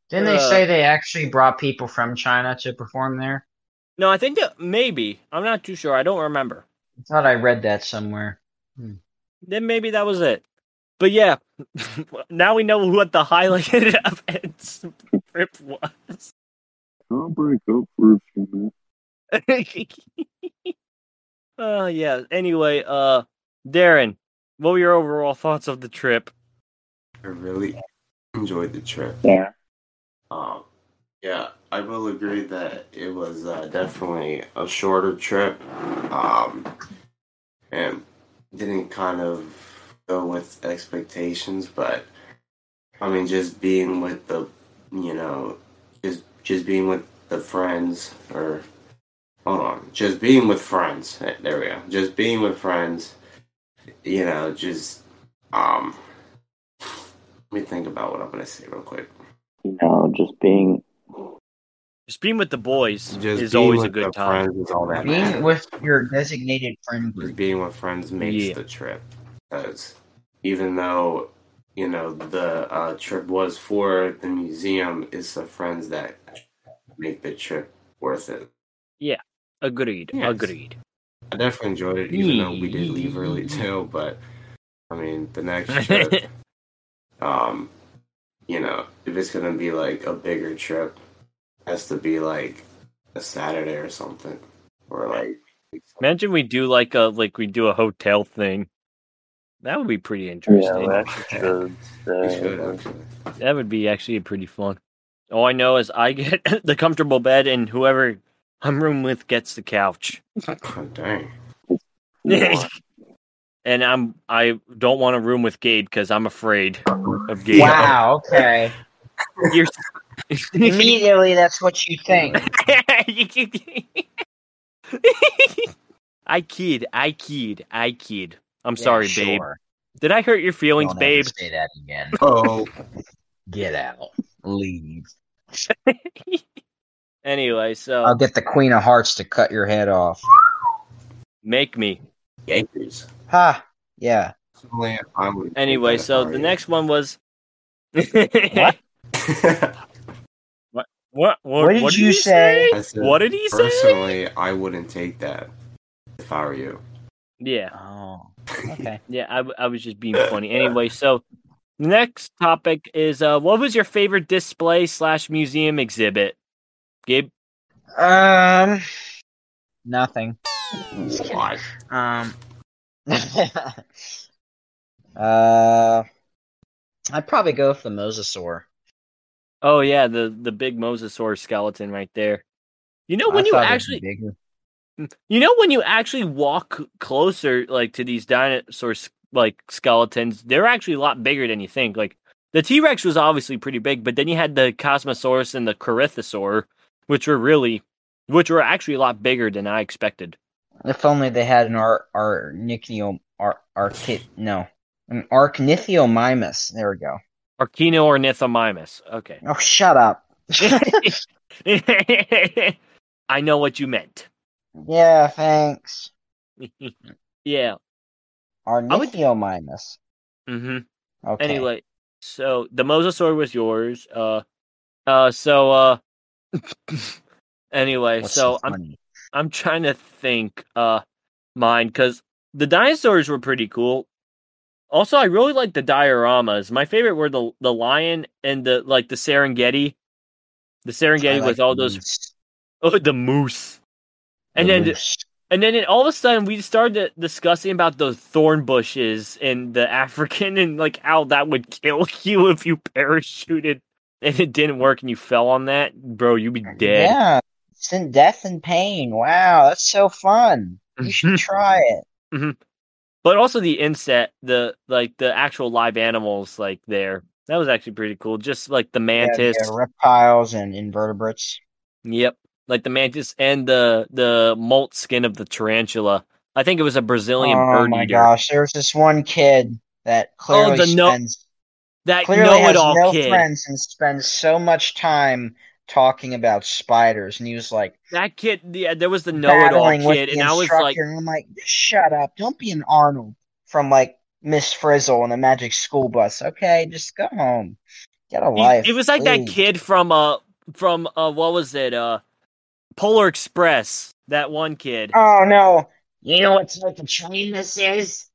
Speaker 3: Didn't they
Speaker 1: uh,
Speaker 3: say they actually brought people from China to perform there?
Speaker 1: no, I think that maybe. I'm not too sure. I don't remember.
Speaker 3: I thought I read that somewhere.
Speaker 1: Then maybe that was it. But yeah, now we know what the highlighted of Ed's trip was.
Speaker 9: I'll break up for a few minutes.
Speaker 1: Oh yeah. Anyway, uh, Darren, what were your overall thoughts of the trip?
Speaker 2: I really enjoyed the trip.
Speaker 9: Yeah.
Speaker 2: Um, yeah, I will agree that it was uh, definitely a shorter trip, um, and didn't kind of go with expectations. But I mean, just being with the, you know, just just being with the friends, or hold on, just being with friends. eh, There we go. Just being with friends. You know, just um. Let me think about what I'm gonna say real quick.
Speaker 9: You know, just being
Speaker 1: Just being with the boys
Speaker 2: Just
Speaker 1: is
Speaker 2: being
Speaker 1: always a
Speaker 2: with
Speaker 1: good
Speaker 2: the
Speaker 1: time.
Speaker 2: Friends is all that
Speaker 3: Being
Speaker 2: matters.
Speaker 3: with your designated friend group.
Speaker 2: Just being with friends makes
Speaker 1: Yeah.
Speaker 2: the trip. Because even though you know the uh, trip was for the museum, it's the friends that make the trip worth it.
Speaker 1: Agreed.
Speaker 2: Yes.
Speaker 1: Agreed.
Speaker 2: I definitely enjoyed it, even though we did leave early too. But I mean, the next trip, um, you know, if it's gonna be like a bigger trip, it has to be like a Saturday or something, or like
Speaker 1: Imagine we do like a like we do a hotel thing. That would be pretty
Speaker 9: yeah,
Speaker 1: interesting.
Speaker 9: we actually should
Speaker 2: we
Speaker 9: stay.
Speaker 2: should actually.
Speaker 1: That would be actually pretty fun. All I know is I get the comfortable bed, and whoever I'm room with gets the couch.
Speaker 2: Oh, dang.
Speaker 9: Yeah.
Speaker 1: and I'm I don't want a room with Gabe because I'm afraid of Gabe.
Speaker 3: Wow. Okay.
Speaker 1: You're...
Speaker 3: Immediately, that's what you think.
Speaker 1: I kid, I kid, I kid. I'm sorry,
Speaker 3: Yeah,
Speaker 1: babe.
Speaker 3: sure.
Speaker 1: Did I hurt your feelings,
Speaker 3: Don't ever
Speaker 1: babe?
Speaker 3: Say that again.
Speaker 2: Oh,
Speaker 3: Get out. Leave.
Speaker 1: Anyway, so
Speaker 3: I'll get the Queen of Hearts to cut your head off.
Speaker 1: make me.
Speaker 2: Yankees.
Speaker 3: Ha. Yeah.
Speaker 2: Only I would think
Speaker 1: Anyway,
Speaker 2: that if
Speaker 1: so
Speaker 2: I were
Speaker 1: the
Speaker 2: you.
Speaker 1: next one was.
Speaker 3: What?
Speaker 1: What? What,
Speaker 3: What did you say?
Speaker 2: I said,
Speaker 1: What did he say?
Speaker 2: Personally, I wouldn't take that if I were you.
Speaker 1: Yeah.
Speaker 3: Oh. Okay.
Speaker 1: Yeah, I, w- I was just being funny. Anyway, so next topic is uh, what was your favorite display slash museum exhibit? Gabe,
Speaker 3: Um, nothing.
Speaker 2: Why?
Speaker 3: Um, uh, I'd probably go for the mosasaur.
Speaker 1: oh yeah, the the big mosasaur skeleton right there. You know when
Speaker 3: I
Speaker 1: you
Speaker 3: thought it'd be
Speaker 1: actually
Speaker 3: bigger.
Speaker 1: You know when you actually walk closer like to these dinosaurs like skeletons, they're actually a lot bigger than you think. Like the T-Rex was obviously pretty big, but then you had the Cosmosaurus and the Corythosaur, which were really which were actually a lot bigger than I expected.
Speaker 3: if only they had an ar arnichnio ar archit no an archnithiomimus. There we go.
Speaker 1: Archino or Nithomimus. Okay.
Speaker 3: Oh, shut up.
Speaker 1: I know what you meant.
Speaker 3: yeah, thanks.
Speaker 1: yeah. would-
Speaker 3: Arnichniomimus.
Speaker 1: Mhm.
Speaker 3: Okay.
Speaker 1: Anyway, so the mosasaur was yours. Uh, uh. So uh. anyway,
Speaker 3: What's
Speaker 1: so I'm
Speaker 3: funny?
Speaker 1: I'm trying to think. Uh, mine because the dinosaurs were pretty cool. Also, I really like the dioramas. My favorite were the the lion and the like the Serengeti. The Serengeti
Speaker 3: I
Speaker 1: with
Speaker 3: like
Speaker 1: all those
Speaker 3: moose.
Speaker 1: oh the moose, and
Speaker 3: The
Speaker 1: then
Speaker 3: moose.
Speaker 1: and then it, all of a sudden, we started discussing about those thorn bushes and the African and like how that would kill you if you parachuted and it didn't work and you fell on that, bro. You'd be dead.
Speaker 3: Yeah, it's in death and pain. Wow, that's so fun. You should try it.
Speaker 1: But also the inset, the like the actual live animals, like there. That was actually pretty cool. Just like the
Speaker 3: Yeah,
Speaker 1: mantis.
Speaker 3: yeah, reptiles and invertebrates.
Speaker 1: Yep. Like the mantis and the the molt skin of the tarantula. I think it was a Brazilian
Speaker 3: oh
Speaker 1: bird
Speaker 3: my
Speaker 1: eater. Oh,
Speaker 3: gosh, there's this one kid that clearly
Speaker 1: the no-
Speaker 3: spends
Speaker 1: That
Speaker 3: clearly
Speaker 1: know it
Speaker 3: has
Speaker 1: all
Speaker 3: no
Speaker 1: kid.
Speaker 3: friends and spends so much time talking about spiders. And he was like
Speaker 1: That kid, yeah, there was the know it all
Speaker 3: battling with
Speaker 1: kid,
Speaker 3: the
Speaker 1: and I was
Speaker 3: instructor,
Speaker 1: like,
Speaker 3: and I'm like, shut up! Don't be an Arnold from like Miss Frizzle and the Magic School Bus. Okay, just go home, get a
Speaker 1: He-
Speaker 3: life.
Speaker 1: It was like that
Speaker 3: please."
Speaker 1: kid from uh from uh what was it uh Polar Express. That one kid.
Speaker 3: Oh no! You know what type of train this is?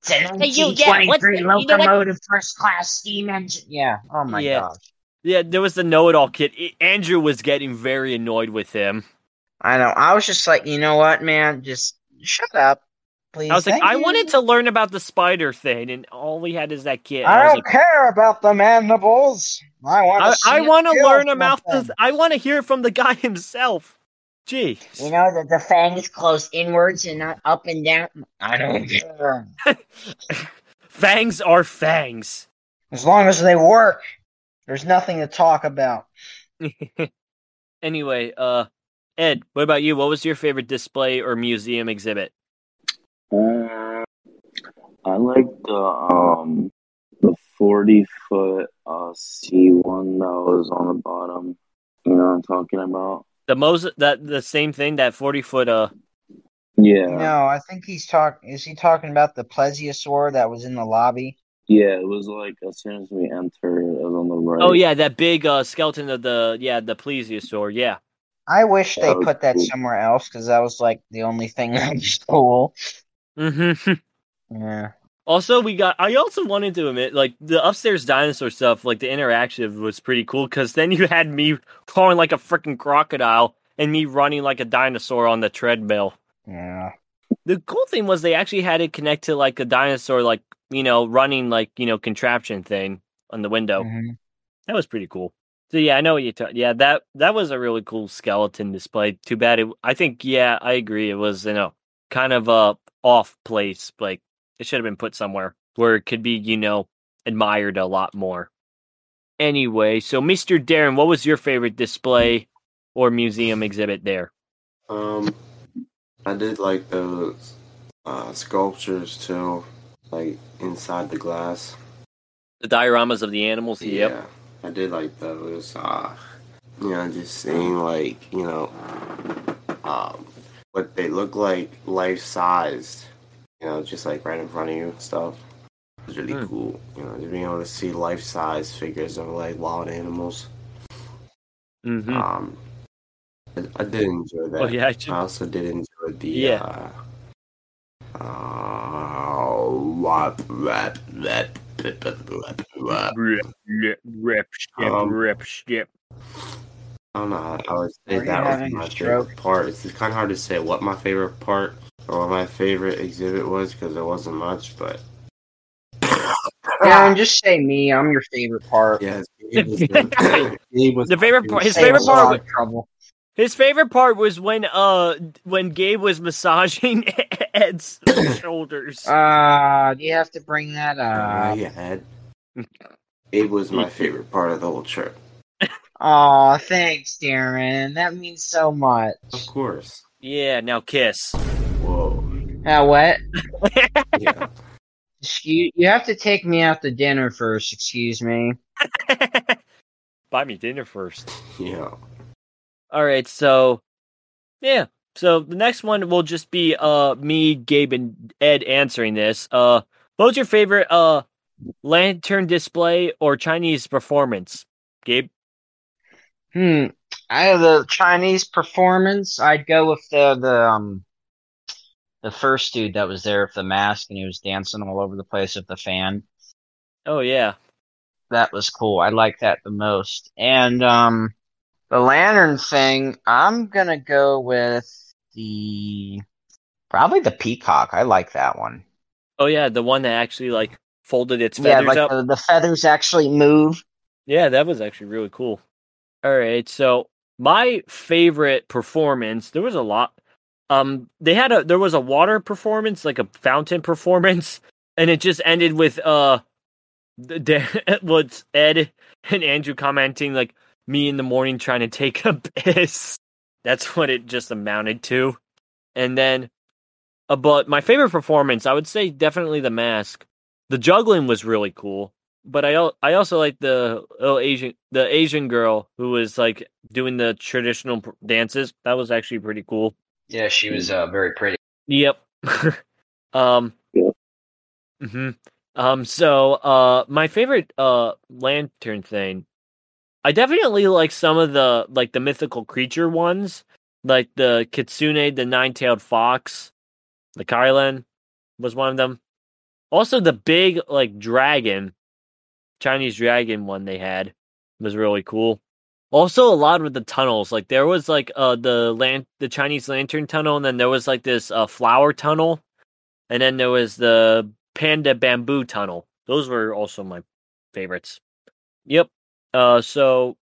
Speaker 3: It's an 1923 locomotive, first class steam engine. Yeah. Oh my
Speaker 1: Yeah.
Speaker 3: gosh.
Speaker 1: Yeah, there was the know-it-all kid. I- Andrew was getting very annoyed with him.
Speaker 3: I know. I was just like, you know what, man? Just shut up, please.
Speaker 1: I was like,
Speaker 3: Thank
Speaker 1: I
Speaker 3: you.
Speaker 1: wanted to learn about the spider thing, and all we had is that kid.
Speaker 3: I
Speaker 1: was
Speaker 3: don't
Speaker 1: like,
Speaker 3: care about the mandibles. I want.
Speaker 1: I,
Speaker 3: to.
Speaker 1: want to learn about this. I want to hear it from the guy himself. Gee,
Speaker 3: You know that the fangs close inwards and not up and down. I don't care.
Speaker 1: fangs are fangs.
Speaker 3: As long as they work, there's nothing to talk about.
Speaker 1: Anyway, uh, Ed, what about you? What was your favorite display or museum exhibit?
Speaker 9: Uh, I like the um the forty foot uh C one that was on the bottom. You know what I'm talking about?
Speaker 1: The Moses that the same thing that forty foot uh
Speaker 9: Yeah,
Speaker 3: No, I think he's talking. Is he talking about the plesiosaur that was in the lobby?
Speaker 9: yeah. It was like as soon as we entered, it was on the right.
Speaker 1: oh yeah that big uh skeleton of the yeah the plesiosaur yeah
Speaker 3: I wish they
Speaker 9: Oh,
Speaker 3: put that
Speaker 9: cool.
Speaker 3: somewhere else because that was like the only thing that was cool.
Speaker 1: mm-hmm.
Speaker 3: Yeah.
Speaker 1: also we got I also wanted to admit like the upstairs dinosaur stuff like the interaction was pretty cool because then you had me clawing like a freaking crocodile and me running like a dinosaur on the treadmill
Speaker 3: Yeah.
Speaker 1: the cool thing was they actually had it connect to like a dinosaur like you know running like you know contraption thing on the window
Speaker 3: Mhm.
Speaker 1: That was pretty cool. So yeah, I know what you talk. Yeah, that that was a really cool skeleton display. Too bad it. I think yeah, I agree. It was you know kind of a off place. Like it should have been put somewhere where it could be you know admired a lot more. Anyway, so Mr. Darren, what was your favorite display or museum exhibit there?
Speaker 2: Um, I did like those uh, sculptures too, like inside the glass.
Speaker 1: The dioramas of the animals.
Speaker 2: Yeah, I did like those. Uh, you know, just seeing like you know, um, what they look like life sized. You know, just like right in front of you and stuff. It was really
Speaker 1: Hmm.
Speaker 2: cool. You know, just being able to see life size figures of like wild animals.
Speaker 1: Mm-hmm.
Speaker 2: Um, I, I did enjoy that.
Speaker 1: Oh yeah, I should-
Speaker 2: I also did enjoy the
Speaker 1: Yeah.
Speaker 2: uh, uh, wop, rap, rap, bip, bip, bip, bip.
Speaker 8: Rip, rip, rip, ship,
Speaker 2: Um,
Speaker 8: rip, ship.
Speaker 2: I don't know. how I would
Speaker 10: Are
Speaker 2: say
Speaker 10: you
Speaker 2: that was
Speaker 10: having a
Speaker 2: my
Speaker 10: stroke?
Speaker 2: favorite part. It's kind of hard to say what my favorite part or what my favorite exhibit was because there wasn't much, but
Speaker 3: Darren, just say me. I'm your favorite part.
Speaker 2: yeah, it was the, it was
Speaker 1: The
Speaker 2: my
Speaker 1: favorite part- his
Speaker 3: Save
Speaker 1: favorite
Speaker 3: us a
Speaker 1: part
Speaker 3: lot
Speaker 1: was-
Speaker 3: of trouble.
Speaker 1: His favorite part was when uh when Gabe was massaging Ed's shoulders.
Speaker 3: Uh, do you have to bring that
Speaker 2: Uh,
Speaker 3: up?
Speaker 2: yeah, Ed. It was my favorite part of the whole trip.
Speaker 3: Aw, thanks, Darren. That means so much.
Speaker 2: Of course.
Speaker 1: yeah, now kiss.
Speaker 2: Whoa.
Speaker 3: Uh, what?
Speaker 2: Yeah.
Speaker 3: Excuse, you have to take me out to dinner first. Excuse me.
Speaker 1: Buy me dinner first.
Speaker 2: yeah.
Speaker 1: All right, so yeah, so the next one will just be uh me, Gabe, and Ed answering this. Uh, what was your favorite uh lantern display or Chinese performance, Gabe?
Speaker 3: Hmm. I have the Chinese performance. I'd go with the the um the first dude that was there with the mask and he was dancing all over the place with the fan.
Speaker 1: Oh yeah,
Speaker 3: That was cool. I like that the most. And um the lantern thing, I'm gonna go with the probably the peacock. I like that one.
Speaker 1: oh yeah, the one that actually like folded its
Speaker 3: Yeah,
Speaker 1: feathers
Speaker 3: like
Speaker 1: up.
Speaker 3: the, the feathers actually move.
Speaker 1: Yeah, that was actually really cool. All right, so my favorite performance, there was a lot. Um they had a there was a water performance, like a fountain performance, and it just ended with uh the, the, what's Ed and Andrew commenting like me in the morning trying to take a piss. That's what it just amounted to. And then uh, but my favorite performance, I would say definitely the mask. The juggling was really cool but I al- I also like the little Asian the Asian girl who was like doing the traditional pr- dances. That was actually pretty cool.
Speaker 3: Yeah, she was uh, very pretty.
Speaker 1: Yep. um.
Speaker 9: Yeah.
Speaker 1: hmm Um. So, uh, my favorite uh lantern thing, I definitely like some of the like the mythical creature ones, like the kitsune, the nine tailed fox, the kailan was one of them. Also, the big like dragon, Chinese dragon one they had was really cool. Also, a lot with the tunnels. Like there was like uh the land the Chinese lantern tunnel, and then there was like this uh flower tunnel, and then there was the panda bamboo tunnel. Those were also my favorites. Yep. Uh, so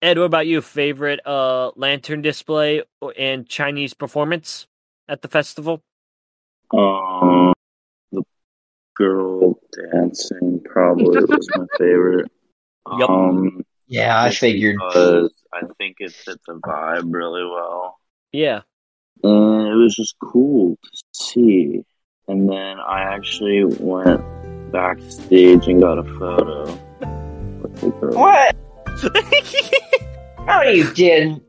Speaker 1: Ed, what about you? Favorite uh lantern display or- and Chinese performance at the festival?
Speaker 9: Um, the girl dancing probably was my favorite.
Speaker 1: Yup. Mm-hmm.
Speaker 9: Um,
Speaker 3: Yeah, I figured.
Speaker 9: because I think it fit the vibe really well.
Speaker 1: Yeah.
Speaker 9: And it was just cool to see. And then I actually went backstage and got a photo with the girl.
Speaker 3: What? No, you didn't.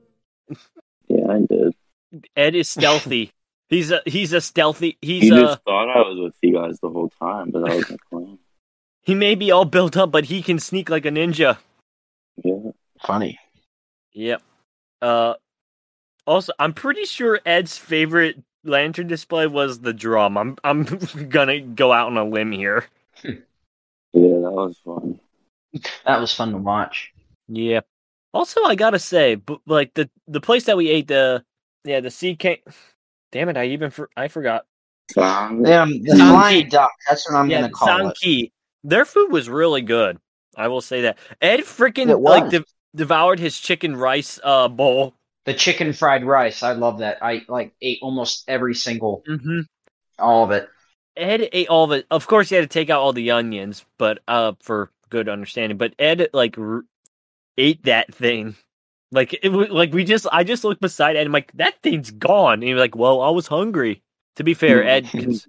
Speaker 9: Yeah, I did.
Speaker 1: Ed is stealthy. he's a he's a stealthy. He's uh,
Speaker 9: He
Speaker 1: a
Speaker 9: just thought I was with you guys the whole time, but that was my plan.
Speaker 1: he may be all built up, but he can sneak like a ninja.
Speaker 9: Yeah.
Speaker 3: Funny.
Speaker 1: Yep. Uh also I'm pretty sure Ed's favorite lantern display was the drum. I'm I'm gonna go out on a limb here.
Speaker 9: Yeah, that was fun.
Speaker 3: That was fun to watch.
Speaker 1: Yeah. Also I gotta say, but like the the place that we ate the yeah, the sea king damn it, I even for, I forgot.
Speaker 9: Sound
Speaker 3: Um, the
Speaker 9: Donkey.
Speaker 3: flying duck. That's what I'm
Speaker 1: yeah,
Speaker 3: gonna
Speaker 1: the
Speaker 3: call it.
Speaker 1: Sankey. Their food was really good. I will say that. Ed freaking
Speaker 3: It
Speaker 1: like
Speaker 3: was.
Speaker 1: de- devoured his chicken rice uh bowl.
Speaker 3: The chicken fried rice. I love that. I like ate almost every single,
Speaker 1: Mm-hmm.
Speaker 3: all of it.
Speaker 1: Ed ate all the. Of course, he had to take out all the onions, but uh, for good understanding. But Ed like r- ate that thing, like it was like we just. I just looked beside Ed. And I'm like, that thing's gone. And he was like, well, I was hungry. To be fair, Ed. Cons-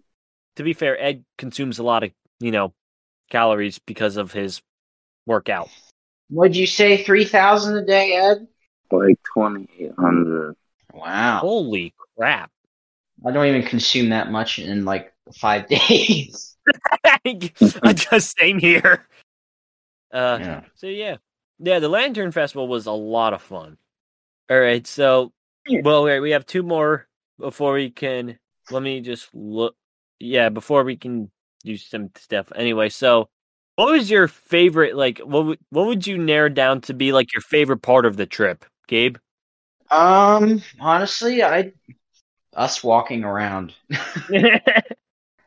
Speaker 1: to be fair, Ed consumes a lot of you know calories because of his workout.
Speaker 3: Would you say three thousand a day, Ed?
Speaker 9: like 2800.
Speaker 3: Wow.
Speaker 1: Holy crap!
Speaker 3: I don't even consume that much in like five days.
Speaker 1: I just same here. Uh,
Speaker 3: yeah.
Speaker 1: So yeah, yeah, the Lantern Festival was a lot of fun. All right, so well, we we have two more before we can. Let me just look. Yeah, before we can do some stuff anyway. So, what was your favorite? Like, what would what would you narrow down to be like your favorite part of the trip, Gabe?
Speaker 3: Um, honestly, I us walking around,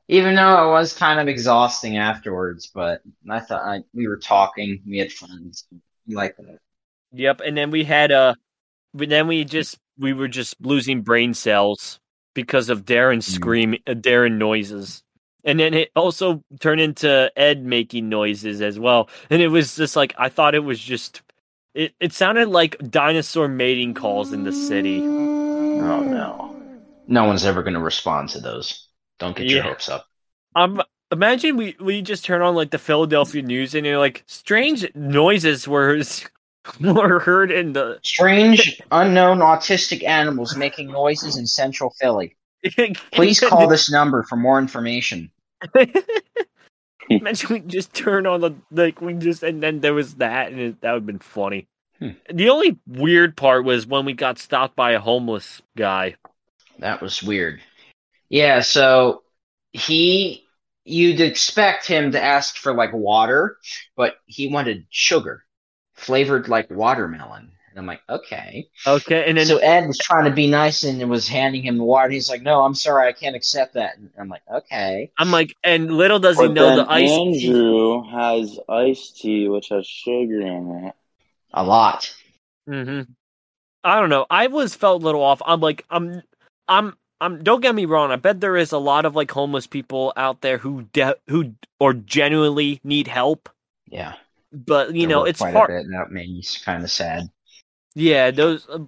Speaker 3: even though it was kind of exhausting afterwards, but I thought I, we were talking, we had fun, so I like that.
Speaker 1: Yep, and then we had uh but then we just we were just losing brain cells because of Darren
Speaker 3: Mm.
Speaker 1: scream uh, Darren noises. And then it also turned into Ed making noises as well. And it was just like I thought it was just it, it sounded like dinosaur mating calls in the city.
Speaker 3: Oh no, no one's ever going to respond to those. Don't get your
Speaker 1: Yeah.
Speaker 3: hopes up.
Speaker 1: Um imagine we we just turn on like the Philadelphia news and you're like strange noises were were heard in the
Speaker 3: Strange, unknown, autistic animals making noises in Central Philly. Please call this number for more information.
Speaker 1: Imagine we just turn on the like we just and then there was that and it, that would have been funny.
Speaker 3: Hmm.
Speaker 1: The only weird part was when we got stopped by a homeless guy.
Speaker 3: That was weird. Yeah, so he, you'd expect him to ask for like water, but he wanted sugar flavored like watermelon. And I'm like, okay.
Speaker 1: Okay, and then
Speaker 3: so Ed was trying to be nice and was handing him the water. He's like, no, I'm sorry, I can't accept that. And I'm like, okay.
Speaker 1: I'm like, and little does he
Speaker 9: But
Speaker 1: know
Speaker 9: then
Speaker 1: the ice.
Speaker 9: Andrew has iced tea, which has sugar in it.
Speaker 3: A lot.
Speaker 1: hmm I don't know. I was felt a little off. I'm like, I'm, I'm, I'm. Don't get me wrong. I bet there is a lot of like homeless people out there who de- who or genuinely need help.
Speaker 3: Yeah.
Speaker 1: But you
Speaker 3: there
Speaker 1: know,
Speaker 3: were
Speaker 1: it's
Speaker 3: quite
Speaker 1: hard.
Speaker 3: a bit, and that made me kind of sad.
Speaker 1: Yeah, those. uh,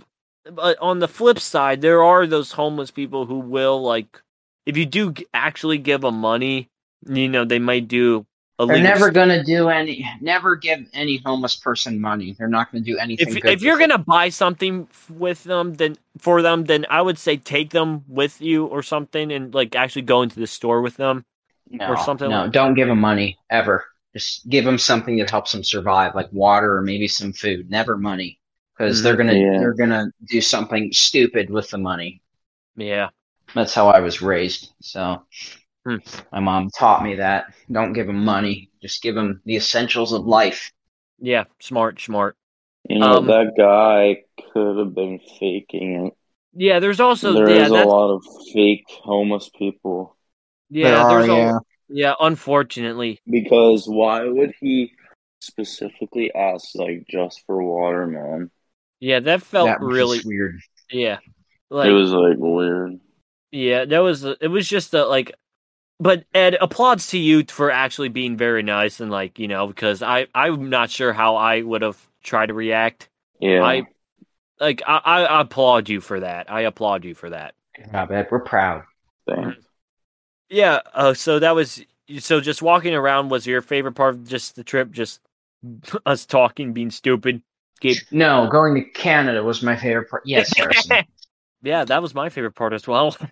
Speaker 1: But on the flip side, there are those homeless people who will like, if you do g- actually give them money, you know they might do. A
Speaker 3: They're
Speaker 1: legal
Speaker 3: never
Speaker 1: s-
Speaker 3: gonna do any. Never give any homeless person money. They're not gonna do anything.
Speaker 1: If
Speaker 3: good
Speaker 1: if you're
Speaker 3: with it.
Speaker 1: gonna buy something f- with them, then for them, then I would say take them with you or something, and like actually go into the store with them.
Speaker 3: no,
Speaker 1: or something
Speaker 3: no,
Speaker 1: like-
Speaker 3: don't give them money ever. Just give them something that helps them survive, like water or maybe some food. Never money, because they're gonna
Speaker 9: Yeah.
Speaker 3: they're gonna do something stupid with the money.
Speaker 1: Yeah,
Speaker 3: That's how I was raised. So
Speaker 1: Hmm.
Speaker 3: my mom taught me that. Don't give them money. Just give them the essentials of life.
Speaker 1: yeah, smart, smart.
Speaker 9: You know
Speaker 1: Um,
Speaker 9: that guy could have been faking it.
Speaker 1: Yeah, there's also
Speaker 9: there
Speaker 1: yeah,
Speaker 9: is a
Speaker 1: that's,
Speaker 9: lot of fake homeless people.
Speaker 1: yeah,
Speaker 3: There are,
Speaker 1: there's
Speaker 3: yeah.
Speaker 1: a yeah. Unfortunately,
Speaker 9: Because why would he specifically ask like just for water, man?
Speaker 1: yeah, that felt
Speaker 3: that was
Speaker 1: really
Speaker 3: just weird.
Speaker 1: yeah. Like
Speaker 9: it was like weird.
Speaker 1: Yeah, that was it. Was just a, like, but Ed, applauds to you for actually being very nice and like you know because I I'm not sure how I would have tried to react.
Speaker 9: Yeah.
Speaker 1: I like I, I applaud you for that. I applaud you for that.
Speaker 3: Good job, Ed. We're proud.
Speaker 9: think.
Speaker 1: Yeah. Uh, so that was so just walking around was your favorite part of just the trip. Just us talking, being stupid. Gabe.
Speaker 3: No, going to Canada was my favorite part. Yes, Harrison.
Speaker 1: yeah, that was my favorite part as well.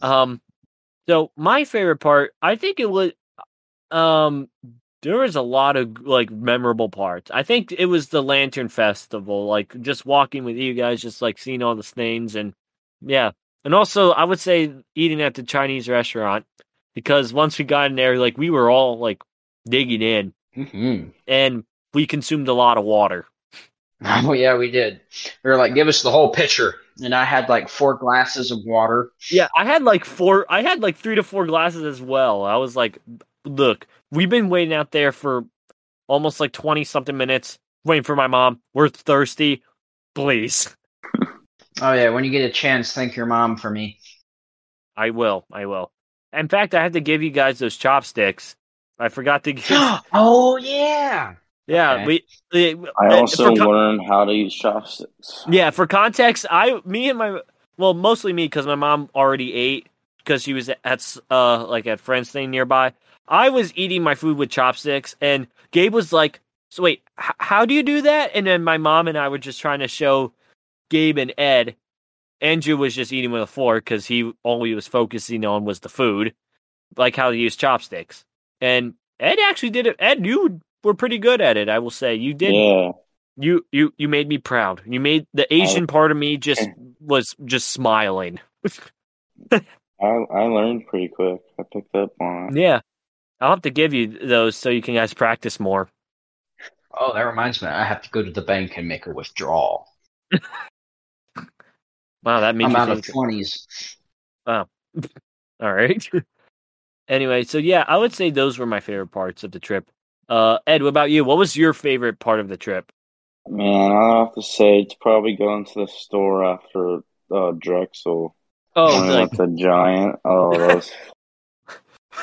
Speaker 1: Um, so my favorite part, I think it was, um, there was a lot of like memorable parts. I think it was the Lantern Festival, like just walking with you guys, just like seeing all the things, and yeah, and also I would say eating at the Chinese restaurant because once we got in there, like we were all like digging in,
Speaker 3: hmm
Speaker 1: and we consumed a lot of water.
Speaker 3: Oh yeah, we did. We were like, give us the whole pitcher, and I had like four glasses of water.
Speaker 1: Yeah, I had like four. I had like three to four glasses as well. I was like, "Look, we've been waiting out there for almost like twenty something minutes, waiting for my mom. We're thirsty. Please,
Speaker 3: Oh yeah, when you get a chance, thank your mom for me.
Speaker 1: I will. I will. In fact, I have to give you guys those chopsticks. I forgot to give.
Speaker 3: oh yeah,
Speaker 1: yeah,
Speaker 3: Okay.
Speaker 1: we. eh,
Speaker 9: I
Speaker 1: eh,
Speaker 9: also
Speaker 1: for con-
Speaker 9: learned how to use chopsticks.
Speaker 1: yeah, for context, I, me and my, well, mostly me because my mom already ate because she was at s- uh like at friends thing nearby. I was eating my food with chopsticks, and Gabe was like, "So wait, h- how do you do that?" And then my mom and I were just trying to show Gabe and Ed. Andrew was just eating with a fork because he all he was focusing on was the food, like how to use chopsticks. And Ed actually did it. Ed, you were pretty good at it. I will say you did
Speaker 9: Yeah.
Speaker 1: you you you made me proud. You made the Asian part of me just was just smiling.
Speaker 9: I I learned pretty quick. I picked up on it.
Speaker 1: Yeah. I'll have to give you those so you can guys practice more.
Speaker 3: Oh, that reminds me. I have to go to the bank and make a withdrawal.
Speaker 1: Wow, that makes
Speaker 3: I'm
Speaker 1: you
Speaker 3: out
Speaker 1: think.
Speaker 3: of twenties.
Speaker 1: All right. anyway, so yeah, I would say those were my favorite parts of the trip. Uh, Ed, what about you? What was your favorite part of the trip?
Speaker 9: Man, I have to say it's probably going to the store after uh, Drexel.
Speaker 1: Oh,
Speaker 9: When I
Speaker 1: like,
Speaker 9: went to Giant. Oh, that was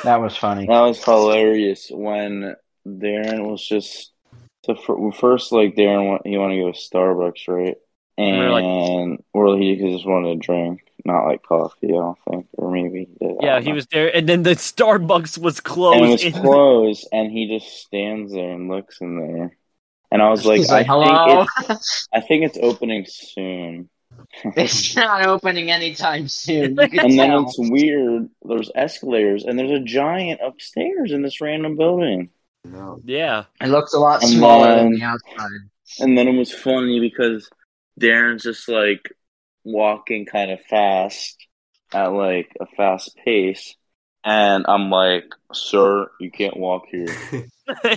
Speaker 3: That was funny.
Speaker 9: That was hilarious when Darren was just the fir- first like Darren wa- he wanted to go to Starbucks right, and
Speaker 1: were like-
Speaker 9: or he he just wanted a drink, not like coffee. I don't think, or maybe he did, I
Speaker 1: yeah,
Speaker 9: don't
Speaker 1: he
Speaker 9: know.
Speaker 1: was there, and then the Starbucks was
Speaker 9: And it
Speaker 1: closed.
Speaker 9: was
Speaker 1: in-
Speaker 9: closed, and he just stands there and looks in there, and I was like,
Speaker 3: He's
Speaker 9: I
Speaker 3: like,
Speaker 9: think
Speaker 3: hello.
Speaker 9: it's I think it's opening soon.
Speaker 3: It's not opening anytime soon. You can
Speaker 9: And then
Speaker 3: tell.
Speaker 9: it's weird. There's escalators, and there's a giant upstairs in this random building.
Speaker 2: No.
Speaker 1: yeah,
Speaker 3: It looks a lot
Speaker 9: And
Speaker 3: smaller than
Speaker 9: then-
Speaker 3: the outside.
Speaker 9: And then it was funny because Darren's just like walking kind of fast at like a fast pace. And I'm like, sir, you can't walk here.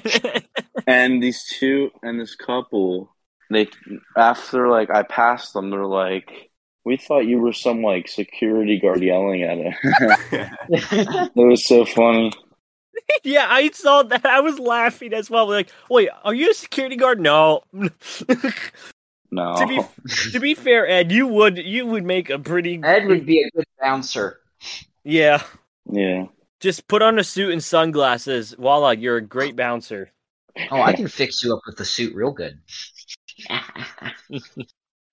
Speaker 9: and these two and this couple, they, after like I passed them, they're like, we thought you were some like security guard yelling at us. it was so funny.
Speaker 1: yeah, I saw that. I was laughing as well. Like, wait, are you a security guard? No. to
Speaker 9: No.
Speaker 1: be to be fair, Ed, you would you would make a pretty
Speaker 3: Ed would be a good bouncer.
Speaker 1: yeah.
Speaker 9: yeah.
Speaker 1: Just put on a suit and sunglasses. Voila, you're a great bouncer.
Speaker 3: Oh, I can fix you up with the suit real good.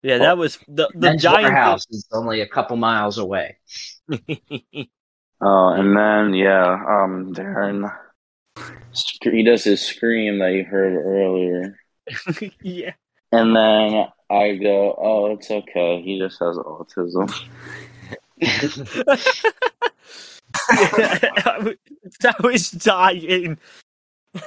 Speaker 1: Yeah, that was the the
Speaker 3: Men's
Speaker 1: giant thing-
Speaker 3: warehouse is only a couple miles away.
Speaker 9: Oh, and then yeah, um, Darren, sc- he does his scream that you heard earlier,
Speaker 1: yeah.
Speaker 9: and then I go, "Oh, it's okay. He just has autism."
Speaker 1: I was- I was dying.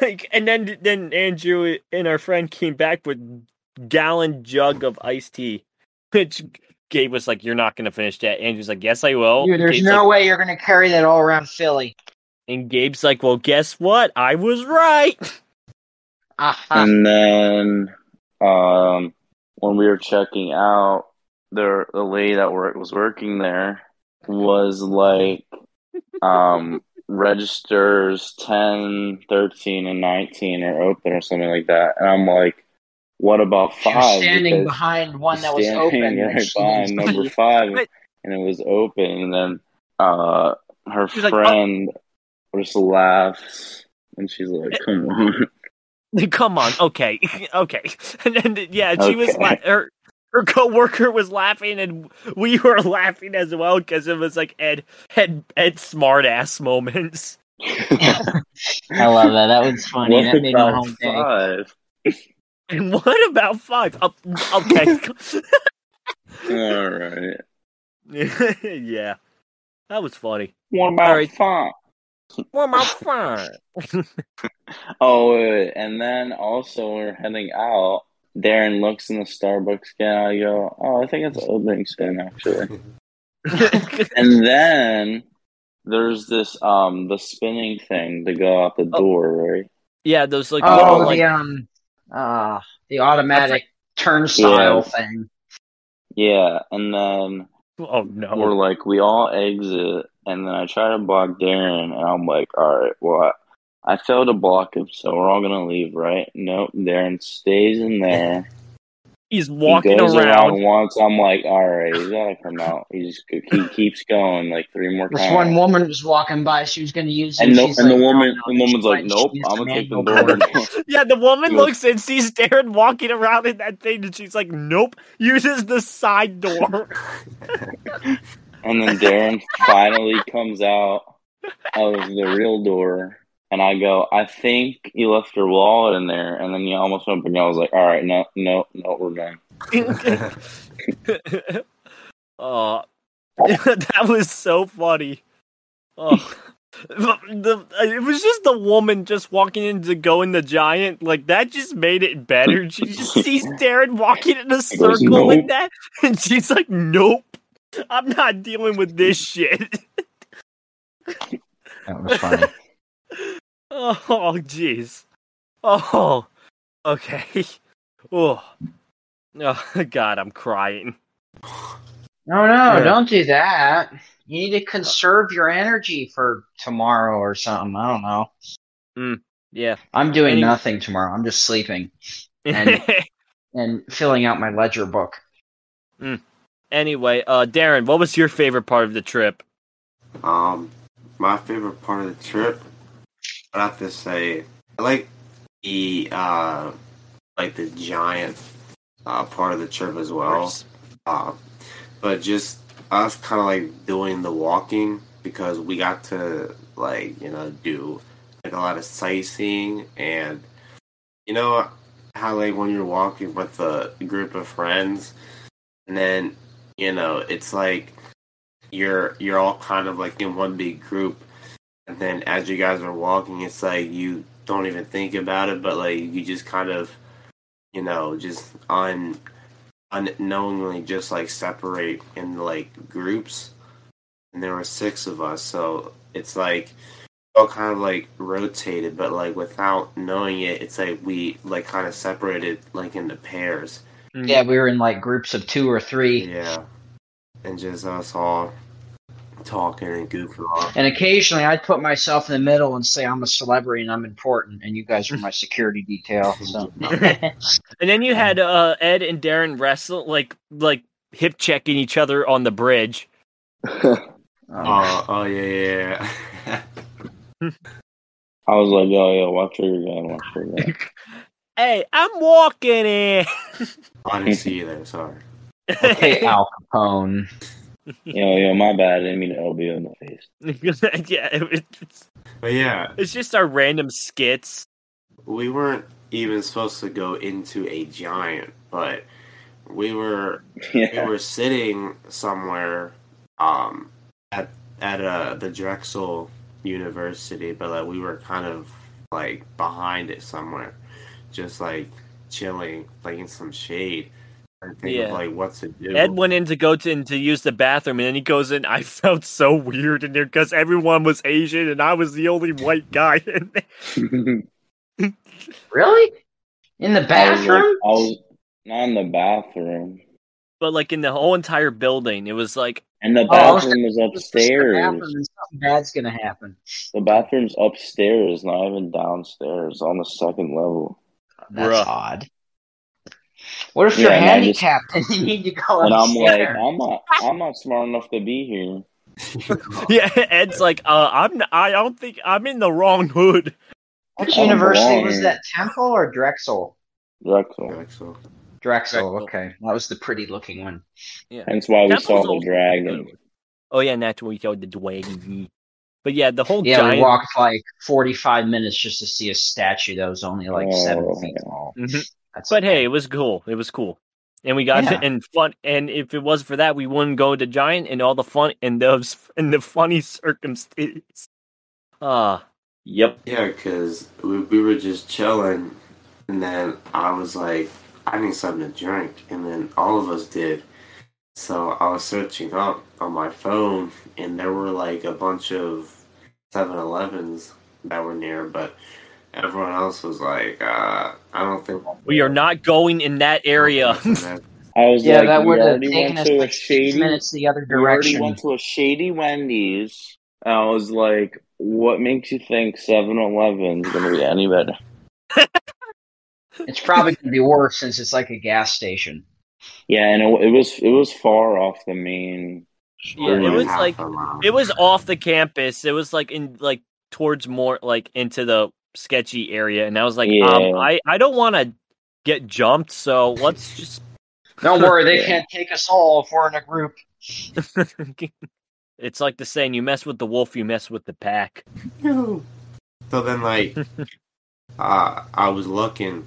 Speaker 1: Like, and then then Andrew and our friend came back with gallon jug of iced tea, which Gabe was like, "You're not gonna finish that." Andrew's like, "Yes, I will."
Speaker 3: Dude, there's
Speaker 1: Gabe's
Speaker 3: no
Speaker 1: like-
Speaker 3: way you're gonna carry that all around Philly.
Speaker 1: and Gabe's like, "Well, guess what? I was right."
Speaker 3: Aha.
Speaker 9: And then, um, when we were checking out, there the lady that work, was working there was like, um, registers 10, 13, and nineteen are open or something like that, and I'm like, "What about
Speaker 3: You're
Speaker 9: five?
Speaker 3: standing
Speaker 9: Because-
Speaker 3: behind one that was
Speaker 9: standing
Speaker 3: open.
Speaker 9: right
Speaker 3: when she
Speaker 9: behind
Speaker 3: was-
Speaker 9: number five,
Speaker 1: But-
Speaker 9: and it was open. And then uh, her
Speaker 1: She's like, "Oh."
Speaker 9: friend just laughs, and she's like, "Come on."
Speaker 1: Come on, okay, okay. And then yeah, she was
Speaker 9: Okay.
Speaker 1: la- her her coworker was laughing, and we were laughing as well because it was like Ed Ed Ed smart ass moments.
Speaker 3: I love that. That was funny.
Speaker 9: What
Speaker 3: that made my
Speaker 9: about
Speaker 3: whole day.
Speaker 9: five?
Speaker 1: And what about five? Up, okay.
Speaker 9: All right.
Speaker 1: yeah. That was funny.
Speaker 9: What
Speaker 1: All
Speaker 9: about
Speaker 1: right.
Speaker 9: five?
Speaker 1: What about five?
Speaker 9: Oh, wait, wait. and then also when we we're heading out. Darren looks in the Starbucks again. I go, oh, I think it's opening soon, actually. And then there's this um the spinning thing to go out the
Speaker 1: Oh.
Speaker 9: door, right?
Speaker 1: yeah, those like,
Speaker 3: Oh,
Speaker 1: little,
Speaker 3: the
Speaker 1: like
Speaker 3: um, uh, the automatic turnstile
Speaker 9: Yeah.
Speaker 3: thing.
Speaker 9: Yeah, and then
Speaker 1: oh no.
Speaker 9: we're like, we all exit, and then I try to block Darren, and I'm like, all right, well, I, I failed to block him, so we're all gonna leave, right? Nope, Darren stays in there.
Speaker 1: He's
Speaker 9: He
Speaker 1: walking
Speaker 9: goes
Speaker 1: around.
Speaker 9: once. I'm like, all right, he's gotta come out. He just he keeps going like three more
Speaker 3: This
Speaker 9: times.
Speaker 3: one woman was walking by. She was going to use it.
Speaker 9: Uh, and no,
Speaker 3: she's
Speaker 9: and
Speaker 3: like,
Speaker 9: the
Speaker 3: "No,
Speaker 9: woman,
Speaker 3: no,
Speaker 9: the woman's like,
Speaker 3: she
Speaker 9: nope,
Speaker 3: needs
Speaker 9: I'm
Speaker 3: the
Speaker 9: gonna take the
Speaker 3: manual
Speaker 9: door.
Speaker 1: Yeah, the woman
Speaker 9: He was-
Speaker 1: looks and sees Darren walking around in that thing, and she's like, "Nope." Uses the side door.
Speaker 9: And then Darren finally comes out of the real door, and I go, I think you left your wallet in there. And then you almost opened it. I was like, all right, no, no, no, we're done.
Speaker 1: Oh, that was so funny. Oh, the, it was just the woman just walking in to go in the giant. Like that just made it better. She just sees Darren walking in a circle like
Speaker 9: "Nope."
Speaker 1: that, and she's like, "Nope, I'm not dealing with this shit."
Speaker 3: That was funny.
Speaker 1: Oh, jeez. Oh, okay. Oh, oh, God, I'm crying.
Speaker 3: No, no,
Speaker 1: Yeah.
Speaker 3: don't do that. You need to conserve your energy for tomorrow or something. I don't know.
Speaker 1: Hmm. Yeah.
Speaker 3: I'm doing
Speaker 1: Any-
Speaker 3: nothing tomorrow. I'm just sleeping And- and filling out my ledger book.
Speaker 1: anyway, uh, Darren, what was your favorite part of the trip?
Speaker 2: Um, my favorite part of the trip, I'd have to say, I like the uh, like the giant uh, part of the trip as well. Uh, but just us kind of like doing the walking because we got to like you know do like a lot of sightseeing and you know how like when you're walking with a group of friends and then you know it's like you're you're all kind of like in one big group and then as you guys are walking it's like you don't even think about it but like you just kind of you know just un unknowingly just like separate in like groups and there were six of us so it's like all kind of like rotated but like without knowing it it's like we like kind of separated like into pairs
Speaker 1: Hmm.
Speaker 3: Yeah, we were in like groups of two or three,
Speaker 2: yeah and just us all talking and goofing off
Speaker 3: and occasionally I'd put myself in the middle and say I'm a celebrity and I'm important, and you guys are my security detail. So.
Speaker 1: And then you had uh, Ed and Darren wrestle, like, like hip checking each other on the bridge.
Speaker 3: Uh,
Speaker 2: Oh, oh yeah, yeah, yeah.
Speaker 9: I was like, oh yeah, watch where you're going, watch where you're going.
Speaker 1: Hey, I'm walking in.
Speaker 2: I didn't see you there. Sorry.
Speaker 3: okay, Al Capone.
Speaker 9: yo, yo, my bad. I didn't mean to elbow you in the face.
Speaker 1: yeah, it, it's,
Speaker 2: But yeah,
Speaker 1: it's just our random skits.
Speaker 2: we weren't even supposed to go into a giant, but we were we
Speaker 9: Yeah.
Speaker 2: were sitting somewhere um at at uh the Drexel University, but like we were kind of like behind it somewhere, just like chilling, like in some shade, and think
Speaker 1: Yeah.
Speaker 2: of like what to do.
Speaker 1: Ed went in to go to to use the bathroom, and then he goes in. I felt so weird in there because everyone was Asian, and I was the only white guy in there.
Speaker 3: Really? In the
Speaker 9: I
Speaker 3: bathroom?
Speaker 9: was, like, I was not in the bathroom.
Speaker 1: But like in the whole entire building, it was like
Speaker 9: And the
Speaker 3: Oh, I was
Speaker 9: bathroom is
Speaker 3: Just push the bathroom
Speaker 9: upstairs.
Speaker 3: and Something bad's gonna happen.
Speaker 9: The bathroom's upstairs, not even downstairs, on the second level.
Speaker 3: That's
Speaker 1: Bruh.
Speaker 3: odd. What if
Speaker 9: Yeah,
Speaker 3: you're
Speaker 9: and I just-
Speaker 3: handicapped and you need to go
Speaker 9: And I'm like,
Speaker 3: upstairs?
Speaker 9: I'm not, I'm not smart enough to be here.
Speaker 1: yeah. Ed's like, uh, I'm n- I don't think I'm in the wrong hood.
Speaker 3: Which
Speaker 9: I don't
Speaker 3: university
Speaker 9: belong
Speaker 3: was
Speaker 9: here.
Speaker 3: that? Temple or Drexel?
Speaker 9: Drexel.
Speaker 2: Drexel.
Speaker 3: Drexel.
Speaker 1: Drexel.
Speaker 3: Okay, that was the pretty looking one.
Speaker 9: Hence why Oh, we
Speaker 1: Temple's
Speaker 9: saw the
Speaker 1: old-
Speaker 9: dragon.
Speaker 1: Oh yeah, and that's what we called the dwaggy. But yeah, the whole
Speaker 3: Yeah,
Speaker 1: giant.
Speaker 3: we walked like 45 minutes just to see a statue that was only like seven
Speaker 9: Oh,
Speaker 3: feet
Speaker 9: yeah.
Speaker 3: tall.
Speaker 1: Mhm.
Speaker 3: That's
Speaker 1: But hey, it was cool. It was cool. And we got
Speaker 3: Yeah.
Speaker 1: and fun. And if it was for that, we wouldn't go to Giant and all the fun and those and the funny circumstances. Ah,
Speaker 9: Yep.
Speaker 2: Yeah, because we, we were just chilling, and then I was like, I need something to drink, and then all of us did. So I was searching up on my phone, and there were like a bunch of 7 Elevens that were near, but everyone else was like, uh, I don't think
Speaker 1: we are not going in that area.
Speaker 9: I was
Speaker 3: yeah,
Speaker 9: like,
Speaker 3: that
Speaker 9: we
Speaker 3: would have
Speaker 9: already
Speaker 3: taken
Speaker 9: went
Speaker 3: us
Speaker 9: to a
Speaker 3: like six
Speaker 9: shady.
Speaker 3: minutes the other
Speaker 9: We already
Speaker 3: direction.
Speaker 9: went to a shady Wendy's. And I was like, what makes you think 7-Eleven's gonna be any better?
Speaker 3: It's probably going to be worse since it's like a gas station.
Speaker 9: Yeah, and it, it was it was far off the main.
Speaker 1: Yeah, it
Speaker 9: Sure.
Speaker 1: was like it was off the campus. It was like in like towards more like into the sketchy area, and I was like,
Speaker 9: Yeah.
Speaker 1: um, I I don't want to get jumped, so let's just.
Speaker 3: Don't worry, they can't take us all if we're in a group.
Speaker 1: it's like the saying: you mess with the wolf, you mess with the pack.
Speaker 2: So then, like, uh, I was looking,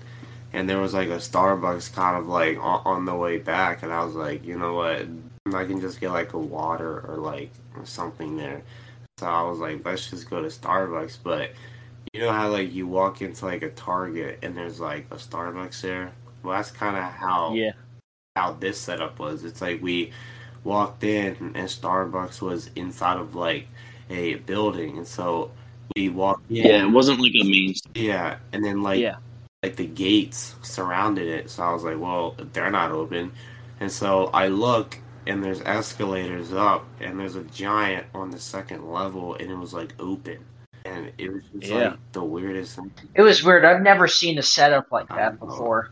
Speaker 2: and there was like a Starbucks kind of like on, on the way back, and I was like, you know what, I can just get like a water or like something there. So I was like, let's just go to Starbucks. But you know how like you walk into like a Target and there's like a Starbucks there. Well, that's kind of how
Speaker 1: Yeah,
Speaker 2: how this setup was. It's like we walked in and Starbucks was inside of like a building, and so we walked.
Speaker 11: Yeah, it wasn't like a main.
Speaker 2: Yeah, and then like
Speaker 1: Yeah.
Speaker 2: like the gates surrounded it, so I was like, well, they're not open, and so I look and there's escalators up and there's a giant on the second level and it was like open and it was just
Speaker 1: Yeah.
Speaker 2: like the weirdest thing.
Speaker 3: It was weird. I've never seen a setup like
Speaker 2: I
Speaker 3: that
Speaker 2: know.
Speaker 3: before.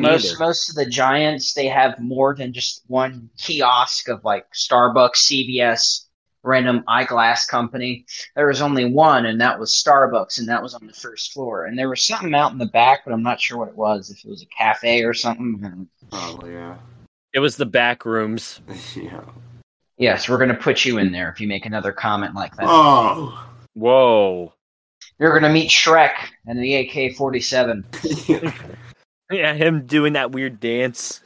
Speaker 1: neither.
Speaker 3: most most of the giants, they have more than just one kiosk of like Starbucks, CVS, random eyeglass company. There was only one, and that was Starbucks, and that was on the first floor. And there was something out in the back, but I'm not sure what it was. If it was a cafe or something.
Speaker 2: Oh yeah,
Speaker 1: It was the back rooms.
Speaker 2: yeah.
Speaker 3: Yes, we're gonna put you in there if you make another comment like that.
Speaker 2: Oh,
Speaker 1: Whoa.
Speaker 3: You're gonna meet Shrek and the AK-47
Speaker 1: Yeah, him doing that weird dance.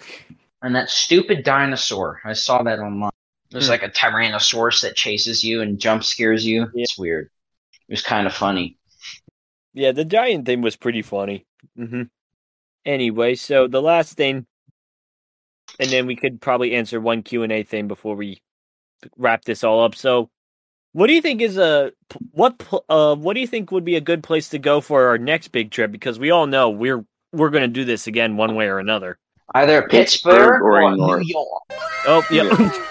Speaker 3: and that stupid dinosaur. I saw that online.
Speaker 9: Hmm.
Speaker 3: There's like a tyrannosaurus that chases you and jump scares you. It's weird. It was kind of funny.
Speaker 1: Yeah, the giant thing was pretty funny. hmm Anyway, so the last thing, and then we could probably answer one Q and A thing before we wrap this all up. So, what do you think is a what pl- uh what do you think would be a good place to go for our next big trip? Because we all know we're we're going to do this again one way or another.
Speaker 3: Either Pittsburgh,
Speaker 9: Pittsburgh or
Speaker 3: or,
Speaker 9: North.
Speaker 3: New York.
Speaker 1: Oh, yeah.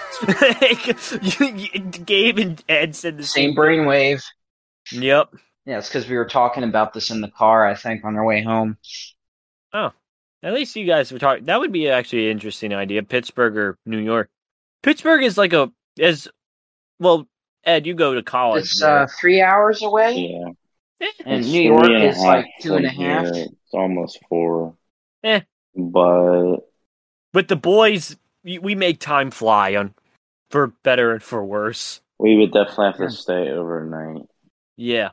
Speaker 1: You- you- Gabe and Ed said the
Speaker 3: Same
Speaker 1: same.
Speaker 3: brainwave.
Speaker 1: Yep.
Speaker 3: Yeah, it's because we were talking about this in the car, I think, on our way home.
Speaker 1: At least you guys were talking. That would be actually an interesting idea. Pittsburgh or New York. Pittsburgh is like a as well. Ed, you go to college.
Speaker 3: It's
Speaker 1: there.
Speaker 3: uh, three hours away,
Speaker 9: Oh, Yeah.
Speaker 3: and
Speaker 9: It's
Speaker 3: New
Speaker 9: three
Speaker 3: York
Speaker 9: and a
Speaker 3: is like
Speaker 9: half
Speaker 3: two and a
Speaker 9: from
Speaker 3: half.
Speaker 9: here. It's almost four.
Speaker 1: Eh.
Speaker 9: But
Speaker 1: but the boys, we we make time fly on for better and for worse.
Speaker 9: we would definitely have to stay overnight.
Speaker 1: Yeah,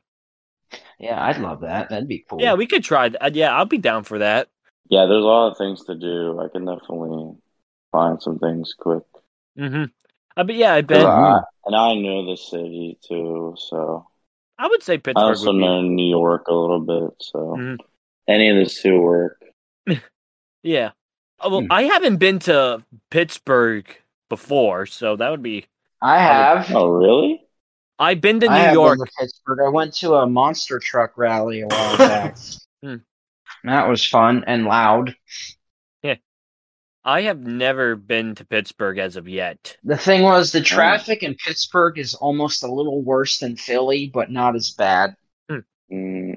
Speaker 3: Yeah, I'd love that. That'd be cool.
Speaker 1: yeah, we could try that. Yeah, I'll be down for that.
Speaker 9: Yeah, there's a lot of things to do. I can definitely find some things quick.
Speaker 1: Mm-hmm. I but yeah, I bet
Speaker 9: And I, and I know the city too, so
Speaker 1: I would say
Speaker 9: I
Speaker 1: Pittsburgh.
Speaker 9: also
Speaker 1: Would be,
Speaker 9: know New York a little bit. So
Speaker 1: Mhm.
Speaker 9: any of the two work.
Speaker 1: yeah. Oh, well,
Speaker 3: Hmm.
Speaker 1: I haven't been to Pittsburgh before, so that would be.
Speaker 3: I have.
Speaker 9: Oh, really?
Speaker 1: I've been to New
Speaker 3: I have
Speaker 1: York.
Speaker 3: been to Pittsburgh. I went to a monster truck rally a while back.
Speaker 1: Hmm.
Speaker 3: That was fun and loud.
Speaker 1: I have never been to Pittsburgh as of yet.
Speaker 3: The thing was,
Speaker 1: Oh.
Speaker 3: the traffic in Pittsburgh is almost a little worse than Philly, but not as bad.
Speaker 9: Mm,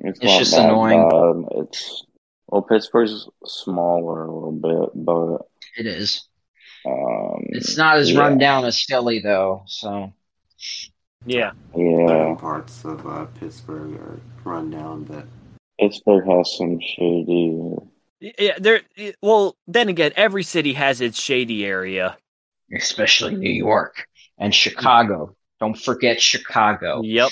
Speaker 9: it's
Speaker 3: It's
Speaker 9: not
Speaker 3: just
Speaker 9: that
Speaker 3: annoying.
Speaker 9: bad. It's well, Pittsburgh's smaller a little bit, but
Speaker 3: It is.
Speaker 9: um,
Speaker 1: Mm,
Speaker 3: It's not as
Speaker 9: Yeah.
Speaker 3: run down as Philly, though. So
Speaker 1: Yeah.
Speaker 9: yeah,
Speaker 2: Certain parts of uh, Pittsburgh are run down, but
Speaker 9: Pittsburgh has some shady.
Speaker 1: Yeah, there y- well, then again, every city has its shady area.
Speaker 3: especially New York and Chicago. Don't forget Chicago,
Speaker 1: Yep.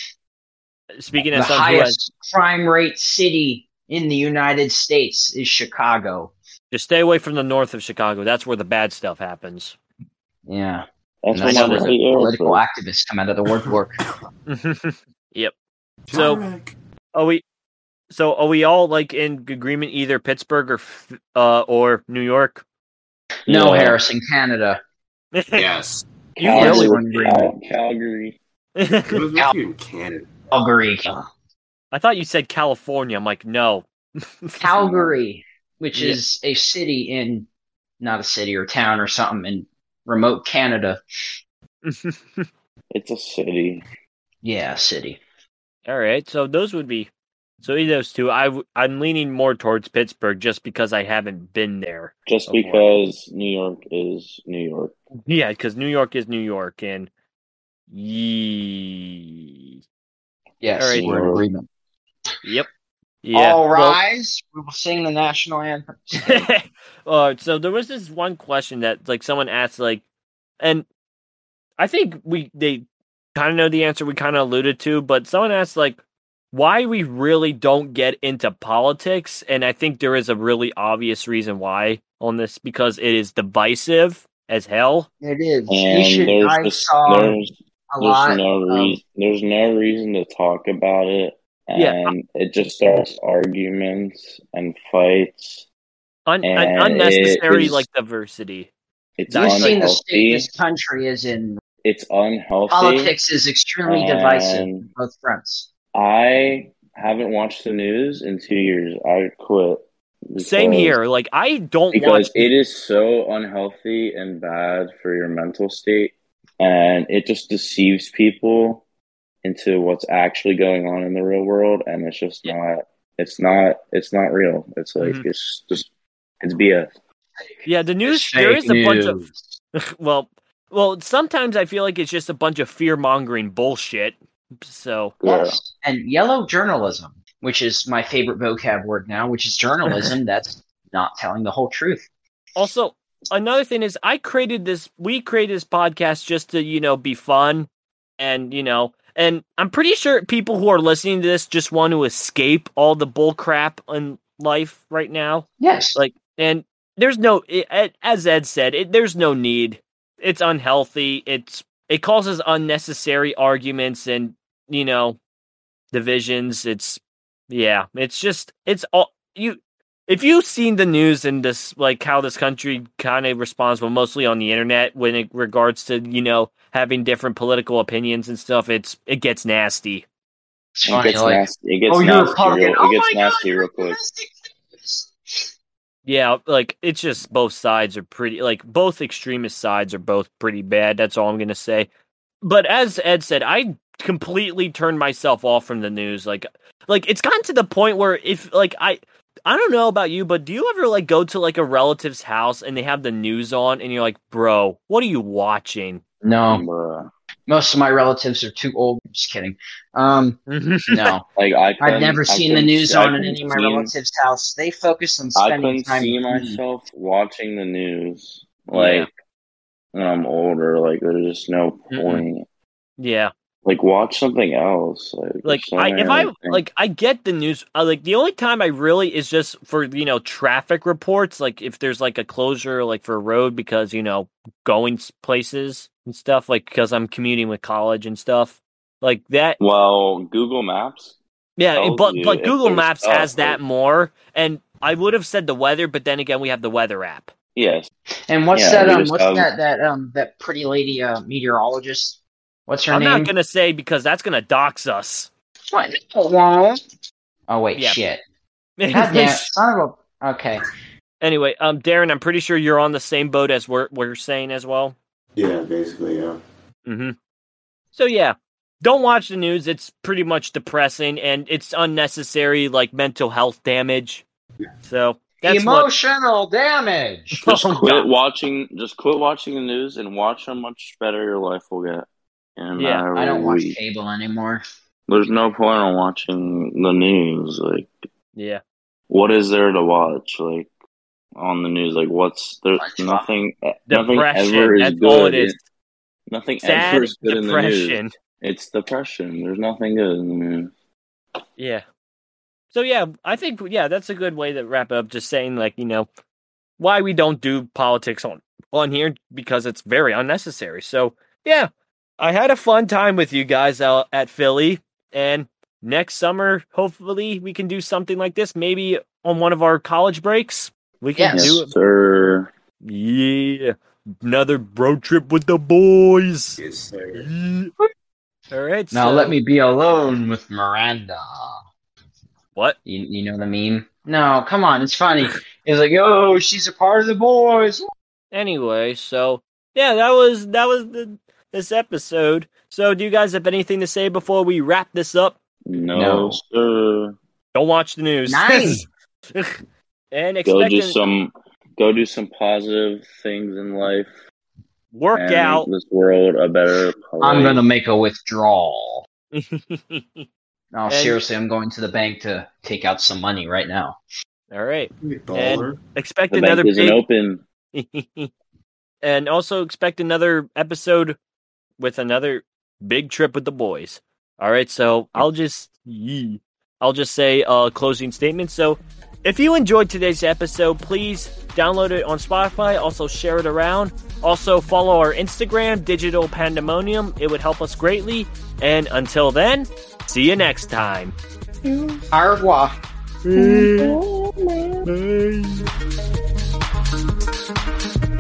Speaker 1: Speaking
Speaker 3: Oh. the
Speaker 1: of someone who has,
Speaker 3: highest crime rate city in the United States is Chicago.
Speaker 1: just stay away from the north of Chicago. That's where the bad stuff happens.
Speaker 3: Yeah,
Speaker 9: That's
Speaker 3: And
Speaker 9: what
Speaker 3: that's
Speaker 9: I'm
Speaker 3: where
Speaker 1: the
Speaker 9: pretty ill
Speaker 3: political
Speaker 9: for.
Speaker 3: activists come out of the woodwork.
Speaker 1: yep. So- Are we so are we all like in agreement either Pittsburgh or f- uh or New York?
Speaker 3: No,
Speaker 9: Yeah.
Speaker 3: Harrison, Canada.
Speaker 2: yes,
Speaker 1: You
Speaker 3: Calgary.
Speaker 1: know
Speaker 3: one
Speaker 9: Cal- Calgary.
Speaker 1: it.
Speaker 2: it was with you in Canada.
Speaker 3: Calgary.
Speaker 1: I thought you said California. I'm like, no.
Speaker 3: Calgary, which
Speaker 1: Yeah.
Speaker 3: is a city in, not a city or town or something in remote Canada.
Speaker 9: It's a city.
Speaker 3: Yeah, city.
Speaker 1: All right, so those would be so either those two. I w- I'm leaning more towards Pittsburgh just because I haven't been there.
Speaker 9: Just
Speaker 1: Okay.
Speaker 9: because New York is New York.
Speaker 1: Yeah, because New York is New York, and ye
Speaker 3: Yes,
Speaker 1: All right.
Speaker 3: we're in agreement.
Speaker 1: yep, yeah.
Speaker 3: All
Speaker 1: well-
Speaker 3: rise. we will sing the national anthem.
Speaker 1: uh, so there was this one question that like someone asked, like, and I think we they kind of know the answer. We kind of alluded to, but someone asked like why we really don't get into politics, and I think there is a really obvious reason why on this because it is divisive as hell.
Speaker 3: it is.
Speaker 9: And
Speaker 3: You should.
Speaker 9: there's
Speaker 3: I
Speaker 9: just-
Speaker 3: saw
Speaker 9: there's
Speaker 3: a
Speaker 9: there's
Speaker 3: lot.
Speaker 9: no
Speaker 3: of-
Speaker 9: reason. There's no reason to talk about it, and
Speaker 1: Yeah.
Speaker 9: it just starts arguments and fights.
Speaker 1: Un-
Speaker 9: And
Speaker 1: un-
Speaker 9: it
Speaker 1: unnecessary
Speaker 9: is-
Speaker 1: like diversity.
Speaker 9: It's
Speaker 3: You've seen the state
Speaker 9: unhealthy.
Speaker 3: this country is in.
Speaker 9: It's unhealthy.
Speaker 3: Politics is extremely divisive
Speaker 9: and
Speaker 3: on both fronts.
Speaker 9: I haven't watched the news in two years. I quit.
Speaker 1: Same
Speaker 9: because-
Speaker 1: here. Like I don't watch
Speaker 9: because it is so unhealthy and bad for your mental state and it just deceives people into what's actually going on in the real world and it's just not it's not it's not real it's like
Speaker 3: Mm-hmm.
Speaker 1: Mhm.
Speaker 9: it's just it's bs
Speaker 1: Yeah, the news
Speaker 2: It's
Speaker 1: there
Speaker 2: fake
Speaker 1: is a bunch of
Speaker 2: news.
Speaker 1: well, well, sometimes I feel like it's just a bunch of fear-mongering bullshit. So,
Speaker 3: Yes. And yellow journalism, which is my favorite vocab word now, which is journalism that's not telling the whole truth.
Speaker 1: also another thing is I created this we created this podcast just to, you know, be fun and, you know, and I'm pretty sure people who are listening to this just want to escape all the bull crap in life right now.
Speaker 3: Yes.
Speaker 1: Like- And there's no it- it- as Ed said, it, there's no need. It's unhealthy. It's it causes unnecessary arguments and, you know, divisions. It's yeah, it's just it's all you if you've seen the news and this like how this country kind of responds well mostly on the internet when it regards to you know having different political opinions and stuff it's it gets nasty
Speaker 3: It's
Speaker 9: it
Speaker 3: funny,
Speaker 9: gets
Speaker 3: like,
Speaker 9: nasty it gets
Speaker 3: oh, you're a
Speaker 9: nasty
Speaker 3: Republican.
Speaker 9: real,
Speaker 3: oh
Speaker 9: it gets
Speaker 3: my
Speaker 9: nasty
Speaker 3: God,
Speaker 9: real
Speaker 3: you're a
Speaker 9: quick
Speaker 3: domestic terrorist.
Speaker 1: yeah like it's just both sides are pretty like both extremist sides are both pretty bad that's all i'm gonna say but as ed said i completely turned myself off from the news like like it's gotten to the point where if like i i don't know about you but do you ever like go to like a relative's house and they have the news on and you're like bro what are you watching
Speaker 3: No,
Speaker 9: Bruh.
Speaker 3: Mm. most of my relatives are too old. Just kidding. Um, no,
Speaker 9: like I
Speaker 3: I've
Speaker 9: couldn't-
Speaker 3: never
Speaker 9: I
Speaker 3: seen the
Speaker 9: couldn't
Speaker 3: news
Speaker 9: see- I
Speaker 3: on in
Speaker 9: couldn't
Speaker 3: any of my
Speaker 9: see-
Speaker 3: relatives' house. They focus on
Speaker 9: I
Speaker 3: spending
Speaker 9: couldn't
Speaker 3: time.
Speaker 9: see
Speaker 3: with me.
Speaker 9: myself watching the news like when I'm older. Like there's just no
Speaker 1: Mm-mm.
Speaker 9: point.
Speaker 1: yeah
Speaker 9: Like watch something else. Like, there's
Speaker 1: like
Speaker 9: so
Speaker 1: I,
Speaker 9: many
Speaker 1: if I
Speaker 9: other things.
Speaker 1: like I get the news I, like the only time I really is just for you know traffic reports like if there's like a closure like for a road because you know going s- places and stuff like because I'm commuting with college and stuff like that
Speaker 9: Well, Google
Speaker 1: Oh,
Speaker 9: Maps.
Speaker 1: yeah
Speaker 9: tells
Speaker 1: but
Speaker 9: you
Speaker 1: but
Speaker 9: if
Speaker 1: Google
Speaker 9: there's
Speaker 1: Maps
Speaker 9: stuff,
Speaker 1: has that
Speaker 9: like-
Speaker 1: more and I would have said the weather but then again we have the weather app
Speaker 9: Yes.
Speaker 3: And what's
Speaker 9: Yeah,
Speaker 3: that?
Speaker 9: we
Speaker 3: Um,
Speaker 9: just
Speaker 3: what's
Speaker 9: have-
Speaker 3: that? That um, that pretty lady uh, meteorologist. What's her
Speaker 1: I'm
Speaker 3: name?
Speaker 1: not gonna say because that's gonna dox us
Speaker 3: What? No, it won't. Oh wait,
Speaker 1: Yeah.
Speaker 3: shit. God damn it, son of a- Okay.
Speaker 1: anyway um Darren I'm pretty sure you're on the same boat as we're we're saying as well
Speaker 2: Yeah, basically, yeah.
Speaker 1: hmm
Speaker 9: Mm-hmm.
Speaker 1: So yeah, don't watch the news. It's pretty much depressing and it's unnecessary, like mental health damage. So that's what.
Speaker 3: Emotional damage.
Speaker 9: Just
Speaker 1: Oh,
Speaker 9: quit
Speaker 1: God.
Speaker 9: watching. Just quit watching the news and watch how much better your life will get. And
Speaker 1: Yeah,
Speaker 3: I don't watch cable anymore.
Speaker 9: There's no point in watching the news. Like,
Speaker 1: Yeah,
Speaker 9: what is there to watch? Like on the news, like what's there's
Speaker 3: Watch what?
Speaker 9: nothing. Nothing
Speaker 1: depression.
Speaker 9: ever is
Speaker 1: That's
Speaker 9: good.
Speaker 1: all it is.
Speaker 9: Nothing
Speaker 1: Sad
Speaker 9: ever is good in the news.
Speaker 1: depression.
Speaker 9: It's depression. There's nothing good in the news.
Speaker 1: Yeah. So yeah, I think yeah, that's a good way to wrap it up. Just saying, like you know, why we don't do politics on on here because it's very unnecessary. So yeah, I had a fun time with you guys out at Philly, and next summer hopefully we can do something like this. Maybe on one of our college breaks we can
Speaker 3: Yes.
Speaker 1: do it.
Speaker 9: sir.
Speaker 1: Yeah, another road trip with the boys.
Speaker 2: Yes, sir.
Speaker 1: Yeah. All right.
Speaker 3: Now
Speaker 1: so-
Speaker 3: let me be alone with Miranda.
Speaker 1: What?
Speaker 3: You, you know the meme? No, come on, it's funny. It's like, oh, she's a part of the boys.
Speaker 1: anyway so yeah that was that was the this episode so do you guys have anything to say before we wrap this up
Speaker 9: No,
Speaker 3: No.
Speaker 9: sir.
Speaker 1: don't watch the news
Speaker 3: Nice.
Speaker 1: and
Speaker 9: Go
Speaker 1: expect
Speaker 9: do
Speaker 1: to
Speaker 9: some. Go do some positive things in life.
Speaker 1: work
Speaker 9: and
Speaker 1: out
Speaker 9: make this world a better place.
Speaker 3: I'm gonna make a withdrawal.
Speaker 1: all
Speaker 3: No,
Speaker 1: And-
Speaker 3: seriously, I'm going to the bank to take out some money right now.
Speaker 1: right
Speaker 2: Baller.
Speaker 1: expect
Speaker 9: The bank
Speaker 1: another
Speaker 9: isn't
Speaker 1: big
Speaker 9: open.
Speaker 1: and also expect another episode with another big trip with the boys all right so i'll just yee. i'll just say uh closing statement so if you enjoyed today's episode please download it on spotify also share it around also follow our instagram digital pandemonium it would help us greatly and until then see you next time
Speaker 3: Au revoir.
Speaker 1: Bye.